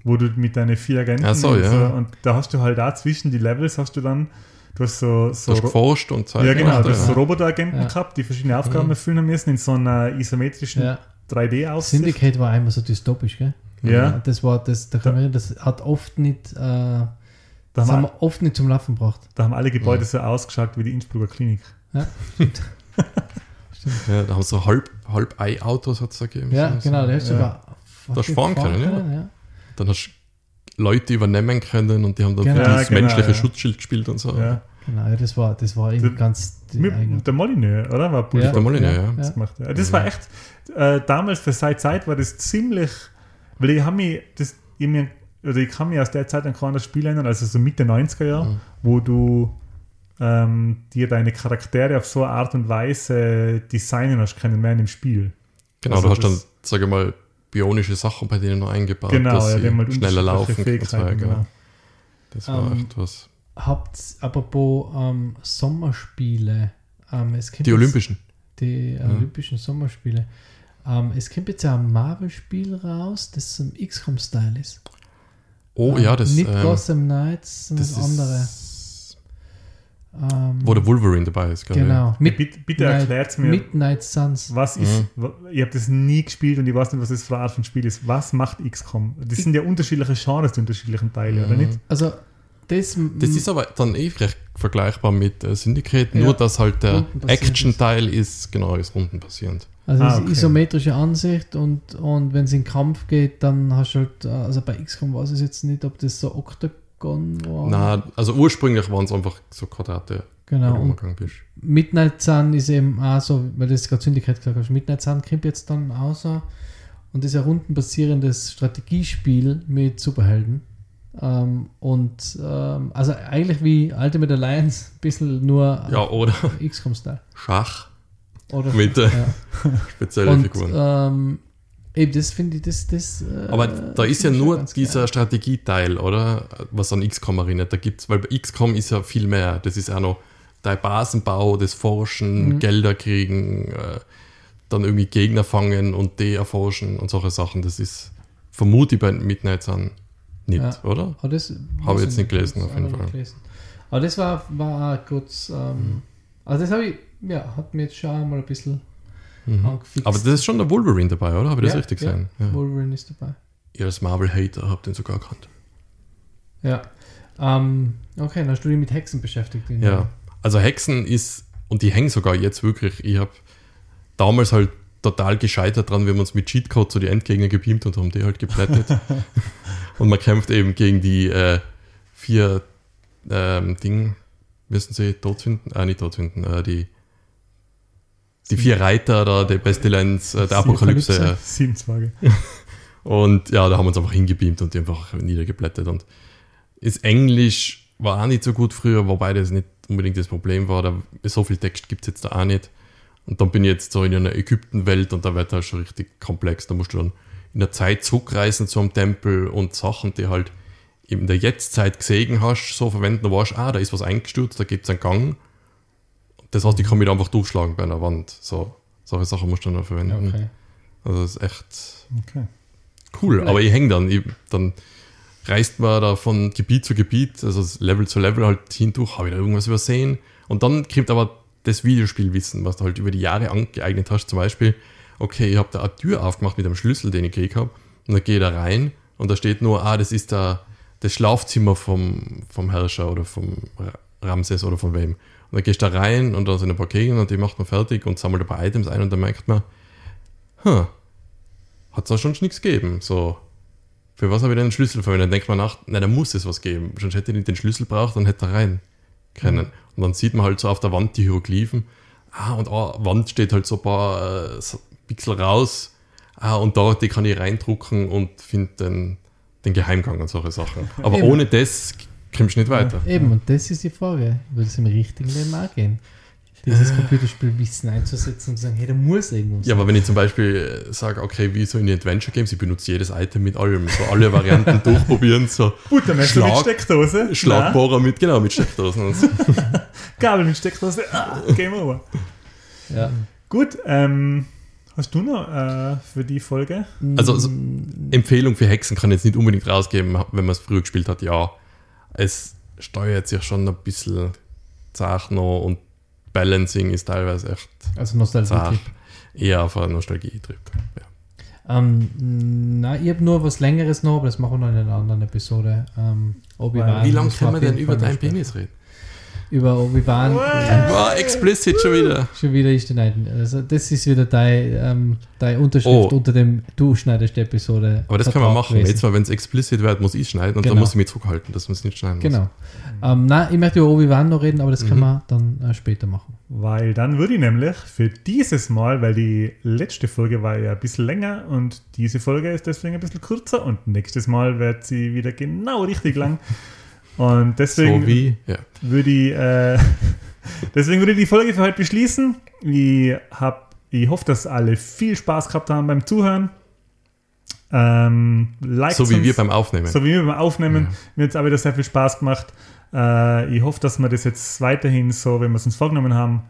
S3: wo du mit deinen vier Agenten
S2: Ach so,
S3: und,
S2: ja.
S3: und da hast du halt auch zwischen die Levels hast du dann, du hast so,
S2: Du
S3: so
S2: hast geforscht und Zeit
S3: ja genau,
S2: gemacht,
S3: du hast so
S2: ja.
S3: Roboteragenten
S1: Ja. Mhm.
S3: gehabt, die verschiedene Aufgaben erfüllen haben müssen in so einer isometrischen
S1: ja.
S3: 3D Aussicht.
S1: Syndicate war einmal so dystopisch, gell? Äh,
S3: Ja,
S1: Das war, das, da kann man, das hat oft nicht, äh, das
S3: da
S1: haben
S3: haben,
S1: wir oft nicht zum Laufen gebracht.
S3: da haben alle Gebäude so ausgeschaut wie die Innsbrucker Klinik.
S2: ja, Da haben sie so halb, halb Ei-Autos hat es da gegeben.
S1: Ja,
S2: So-
S1: genau, der ist
S3: Ja.
S1: sogar.
S2: Da hast du fahren können, ja.
S1: ja.
S2: Dann hast du Leute übernehmen können und die haben dann
S1: Genau.
S2: für
S1: Ja,
S2: das
S3: genau,
S2: menschliche
S3: ja.
S2: Schutzschild gespielt und so.
S3: Ja.
S1: Genau, ja, das war, das war eben
S3: Das-
S1: ganz die eigene-
S3: Mit der Molyneux, oder? War
S1: Ja.
S2: Der Molyneux, ja.
S1: Ja.
S3: das gemacht. Ja,
S2: Mhm.
S3: Das war echt, äh, damals für seine Zeit war das ziemlich, weil ich habe mich, das, ich, mir, oder ich kann mich aus der Zeit an kein anderes Spiel erinnern, also so Mitte 90er Jahre,
S2: Mhm.
S3: wo du ähm, dir deine Charaktere auf so eine Art und Weise designen hast können, mehr in dem Spiel.
S2: Genau,
S3: Also
S2: du hast dann,
S3: das-
S2: sage ich mal, bionische Sachen bei denen noch eingebaut,
S3: genau,
S2: Ah, dass
S3: ja,
S2: sie
S3: die haben halt
S2: schneller laufen
S3: unterschiedliche
S2: und so weiter.
S3: Fähigkeiten. Genau.
S2: Das war
S1: Ähm,
S2: echt was.
S1: Habt apropos ähm, Sommerspiele, ähm, es kommt
S2: Die
S1: jetzt-
S2: Olympischen. Mhm.
S1: die äh, Olympischen Sommerspiele. Ähm, es kommt jetzt ein Marvel-Spiel raus, das zum XCOM-Style ist.
S2: Oh
S1: Ähm,
S2: ja, das,
S1: Nicht
S2: ähm,
S1: Gotham Knights, sondern
S2: das
S1: das, andere.
S2: ist,
S1: Ähm,
S2: wo der Wolverine dabei ist, glaube
S1: genau.
S3: Bitte, bitte erklärt mir,
S1: Midnight Suns.
S3: was ist,
S2: Mhm.
S3: w- ich habe das nie gespielt und ich weiß nicht, was das für eine Art von Spiel ist. Was macht XCOM? Das sind ja unterschiedliche Genres, die unterschiedlichen Teile,
S2: Mhm.
S3: oder nicht?
S1: Also, das, mm,
S2: ich. Das ist aber dann eh recht vergleichbar mit äh, Syndicate,
S1: Ja.
S2: nur dass halt der
S1: Rundenbasierend ist.
S2: Action-Teil ist, genau, ist rundenbasierend.
S1: Also
S3: Ah,
S1: es ist
S3: okay.
S1: isometrische Ansicht und, und wenn es in Kampf geht, dann hast du halt, äh, also bei XCOM weiß ich jetzt nicht, ob das so Octagon
S3: Oh.
S1: war.
S2: Na, also ursprünglich waren es einfach so Quadrate, wo
S1: genau.
S2: du
S1: Und
S2: umgegangen bist.
S1: Midnight Sun ist eben auch so, weil das gerade Syndikat gesagt hast, Midnight Sun kommt jetzt dann außer und das ist ein rundenbasierendes Strategiespiel mit Superhelden. Ähm, und ähm, also eigentlich wie Ultimate Alliance, ein bisschen nur äh,
S2: Ja, oder
S1: XCOM-Style.
S2: Schach
S1: Oder
S2: mit äh, speziellen
S1: und,
S2: Figuren.
S1: ähm, eben das finde ich, das, das äh,
S2: Aber da ist ja
S1: find ich
S2: nur
S1: ganz
S2: dieser Strategieteil, oder? Was an XCOM erinnert. Da gibt's, weil bei XCOM ist ja viel mehr. Das ist auch noch der Basenbau, das Forschen,
S1: Mhm.
S2: Gelder kriegen, äh, dann irgendwie Gegner fangen und die erforschen und solche Sachen. Das ist vermute ich bei Midnight Sun nicht,
S1: Ja.
S2: oder?
S1: Ah, das
S2: Habe ich
S1: weiß
S2: jetzt nicht gelesen,
S1: das
S2: auf
S1: habe
S2: jeden
S1: ich nicht
S2: Fall.
S1: gelesen. Aber das war, war auch kurz. Ähm,
S2: Mhm.
S1: Also, das habe ich, ja, hat mir jetzt schon einmal ein bisschen angefixt.
S2: Mhm. Aber das ist schon der Wolverine dabei, oder? Habe ich das
S1: Ja,
S2: richtig
S1: ja.
S2: gesehen? Ja.
S1: Wolverine ist dabei.
S2: Ihr als Marvel-Hater habt den sogar erkannt.
S1: Ja. Ähm, okay, dann hast du dich mit Hexen beschäftigt. in-
S2: Ja, also Hexen ist, und die hängen sogar jetzt wirklich, ich habe damals halt total gescheitert dran, wenn wir uns mit Cheatcode so die Endgegner gebeamt und haben die halt geplättet. und man kämpft eben gegen die äh, vier ähm, Ding müssen sie tot finden, äh, nicht tot finden, äh, die, die vier Reiter oder der Pestilenz, äh, der
S1: Die Apokalypse.
S2: Apokalypse. ja.
S3: Sieben Tage.
S2: Und ja, da haben wir uns einfach hingebeamt und die einfach niedergeblättert. Und das Englisch war auch nicht so gut früher, wobei das nicht unbedingt das Problem war. Da, so viel Text gibt es jetzt da auch nicht. Und dann bin ich jetzt so in einer Ägyptenwelt und da wird halt schon richtig komplex. Da musst du dann in der Zeit zurückreisen zu einem Tempel und Sachen, die halt in der Jetztzeit gesehen hast, so verwenden, da warst du, ah, da ist was eingestürzt, da gibt es einen Gang. Das heißt, ich kann mich da einfach durchschlagen bei einer Wand. So, solche Sachen musst du dann auch verwenden.
S1: Okay.
S2: Also das ist echt
S3: Okay.
S2: Cool, aber ich hänge dann. Ich, dann reist man da von Gebiet zu Gebiet, also das Level zu Level halt hindurch, habe ich da irgendwas übersehen. Und dann kommt aber das Videospielwissen, was du halt über die Jahre angeeignet hast. Zum Beispiel, okay, ich habe da eine Tür aufgemacht mit einem Schlüssel, den ich gekriegt habe. Und dann gehe ich da rein und da steht nur, ah, das ist da das Schlafzimmer vom, vom Herrscher oder vom Ra- Ramses oder von wem. Und dann gehst du da rein und da sind ein paar Kegel und die macht man fertig und sammelt ein paar Items ein und dann merkt man, hm, hat es da schon nichts gegeben. So, für was habe ich denn einen Schlüssel verwendet? Dann denkt man nach, na, da muss es was geben. Sonst hätte ich nicht den Schlüssel braucht, dann hätte er rein können. Und dann sieht man halt so auf der Wand die Hieroglyphen. Ah, und ah, Wand steht halt so ein paar äh, so Pixel raus. Ah, und da die kann ich reindrucken und finde den, den Geheimgang und solche Sachen. Aber
S1: Eben.
S2: ohne das kommst du nicht weiter.
S1: Eben, und das ist die Frage. Würde es im richtigen Leben auch gehen?
S2: Äh.
S1: Dieses Computerspiel Wissen einzusetzen und zu sagen, hey, da muss irgendwas.
S2: Ja, aber wenn ich zum Beispiel äh, sage, okay, wie so in den Adventure Games, ich benutze jedes Item mit allem, so alle Varianten durchprobieren, so
S3: Buttermesser mit
S2: Schlag-
S3: Steckdose. Nein,
S2: Schlagbohrer mit, genau, mit Steckdosen und so.
S3: Gabel mit Steckdose. Ah, Game over.
S1: Ja.
S3: Gut, ähm, hast du noch äh, für die Folge?
S2: Also, so-
S1: Mhm.
S2: Empfehlung für Hexen kann ich jetzt nicht unbedingt rausgeben, wenn man es früher gespielt hat, ja. Es steuert sich schon ein bisschen zart noch und Balancing ist teilweise echt
S1: also
S2: zart.
S1: Nostalgie.
S2: Eher auf einen Nostalgie-Trip. Ja.
S1: Ähm, na, ich habe nur was Längeres noch, aber das machen wir noch in einer anderen Episode. Ähm, Obi-Wan,
S2: Wie lange
S1: das war
S2: können wir
S1: auf jeden
S2: denn über
S1: Fall
S2: deinen
S1: noch spannend.
S2: Penis reden?
S1: Über Obi-Wan.
S3: Wow.
S2: War explicit schon wieder.
S1: Schon wieder ich schneiden. Also das ist wieder dein, ähm, dein Unterschrift
S2: Oh.
S1: unter dem Du schneidest die Episode.
S2: Aber das können wir
S1: Vertrag
S2: machen.
S1: gewesen.
S2: Jetzt mal, wenn es explicit wird, muss ich schneiden und
S1: Genau.
S2: dann muss ich mich zurückhalten, dass man es nicht schneiden muss.
S1: Genau. Ähm, nein, ich möchte über Obi-Wan noch reden, aber das
S2: Mhm.
S1: können wir dann äh, später machen.
S3: Weil dann würde ich nämlich für dieses Mal, weil die letzte Folge war ja ein bisschen länger und diese Folge ist deswegen ein bisschen kürzer und nächstes Mal wird sie wieder genau richtig lang. Und deswegen
S2: So wie, ja.
S3: würde ich, äh, deswegen würde ich die Folge für heute beschließen. Ich, hab, ich hoffe, dass alle viel Spaß gehabt haben beim Zuhören. Ähm, liked
S2: So wie
S3: uns.
S2: wir beim Aufnehmen.
S3: So wie wir beim Aufnehmen.
S2: Ja.
S3: Mir hat es auch wieder sehr viel Spaß gemacht. Äh, ich hoffe, dass wir das jetzt weiterhin so, wenn wir es uns vorgenommen haben,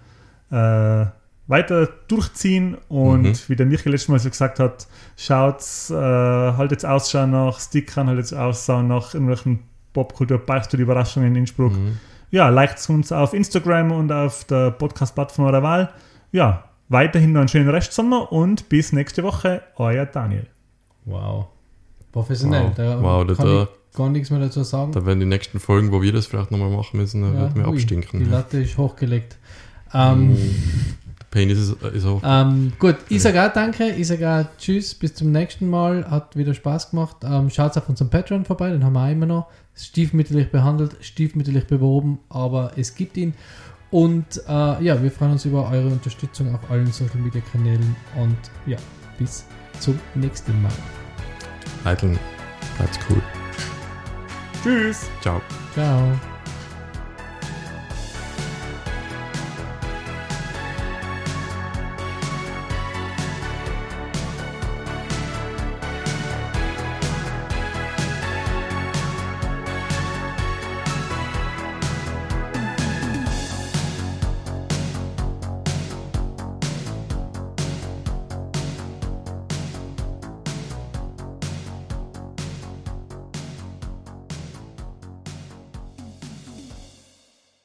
S3: äh, weiter durchziehen. Und
S2: Mhm.
S3: wie der Michael letztes Mal so gesagt hat, schaut, äh, haltet Ausschau nach Stickern, haltet Ausschau nach irgendwelchen popkultur die überraschungen in Innsbruck.
S2: Mhm.
S3: Ja, liked uns auf Instagram und auf der Podcast-Plattform eurer Wahl. Ja, weiterhin noch einen schönen Restsommer und bis nächste Woche, euer Daniel.
S1: Wow. Professionell.
S2: Wow.
S1: Da
S2: Wow, da-
S1: kann
S2: da-
S1: ich gar nichts mehr dazu sagen.
S2: Da werden die nächsten Folgen, wo wir das vielleicht nochmal machen müssen, da wird mir
S1: ui,
S2: abstinken. Mhm.
S1: Die
S2: ja.
S1: Latte ist hochgelegt. Ähm,
S2: Mm. Penis ist, ist auch.
S1: ähm, gut, ich sage auch danke, ich sage auch tschüss, bis zum nächsten Mal, hat wieder Spaß gemacht. Ähm, Schaut auf unserem Patreon vorbei, den haben wir auch immer noch. Stiefmütterlich behandelt, stiefmütterlich beworben, aber es gibt ihn. Und äh, ja, wir freuen uns über eure Unterstützung auf allen Social Media Kanälen und ja, bis zum nächsten Mal.
S2: Eiteln. That's cool.
S3: Tschüss!
S2: Ciao.
S1: Ciao.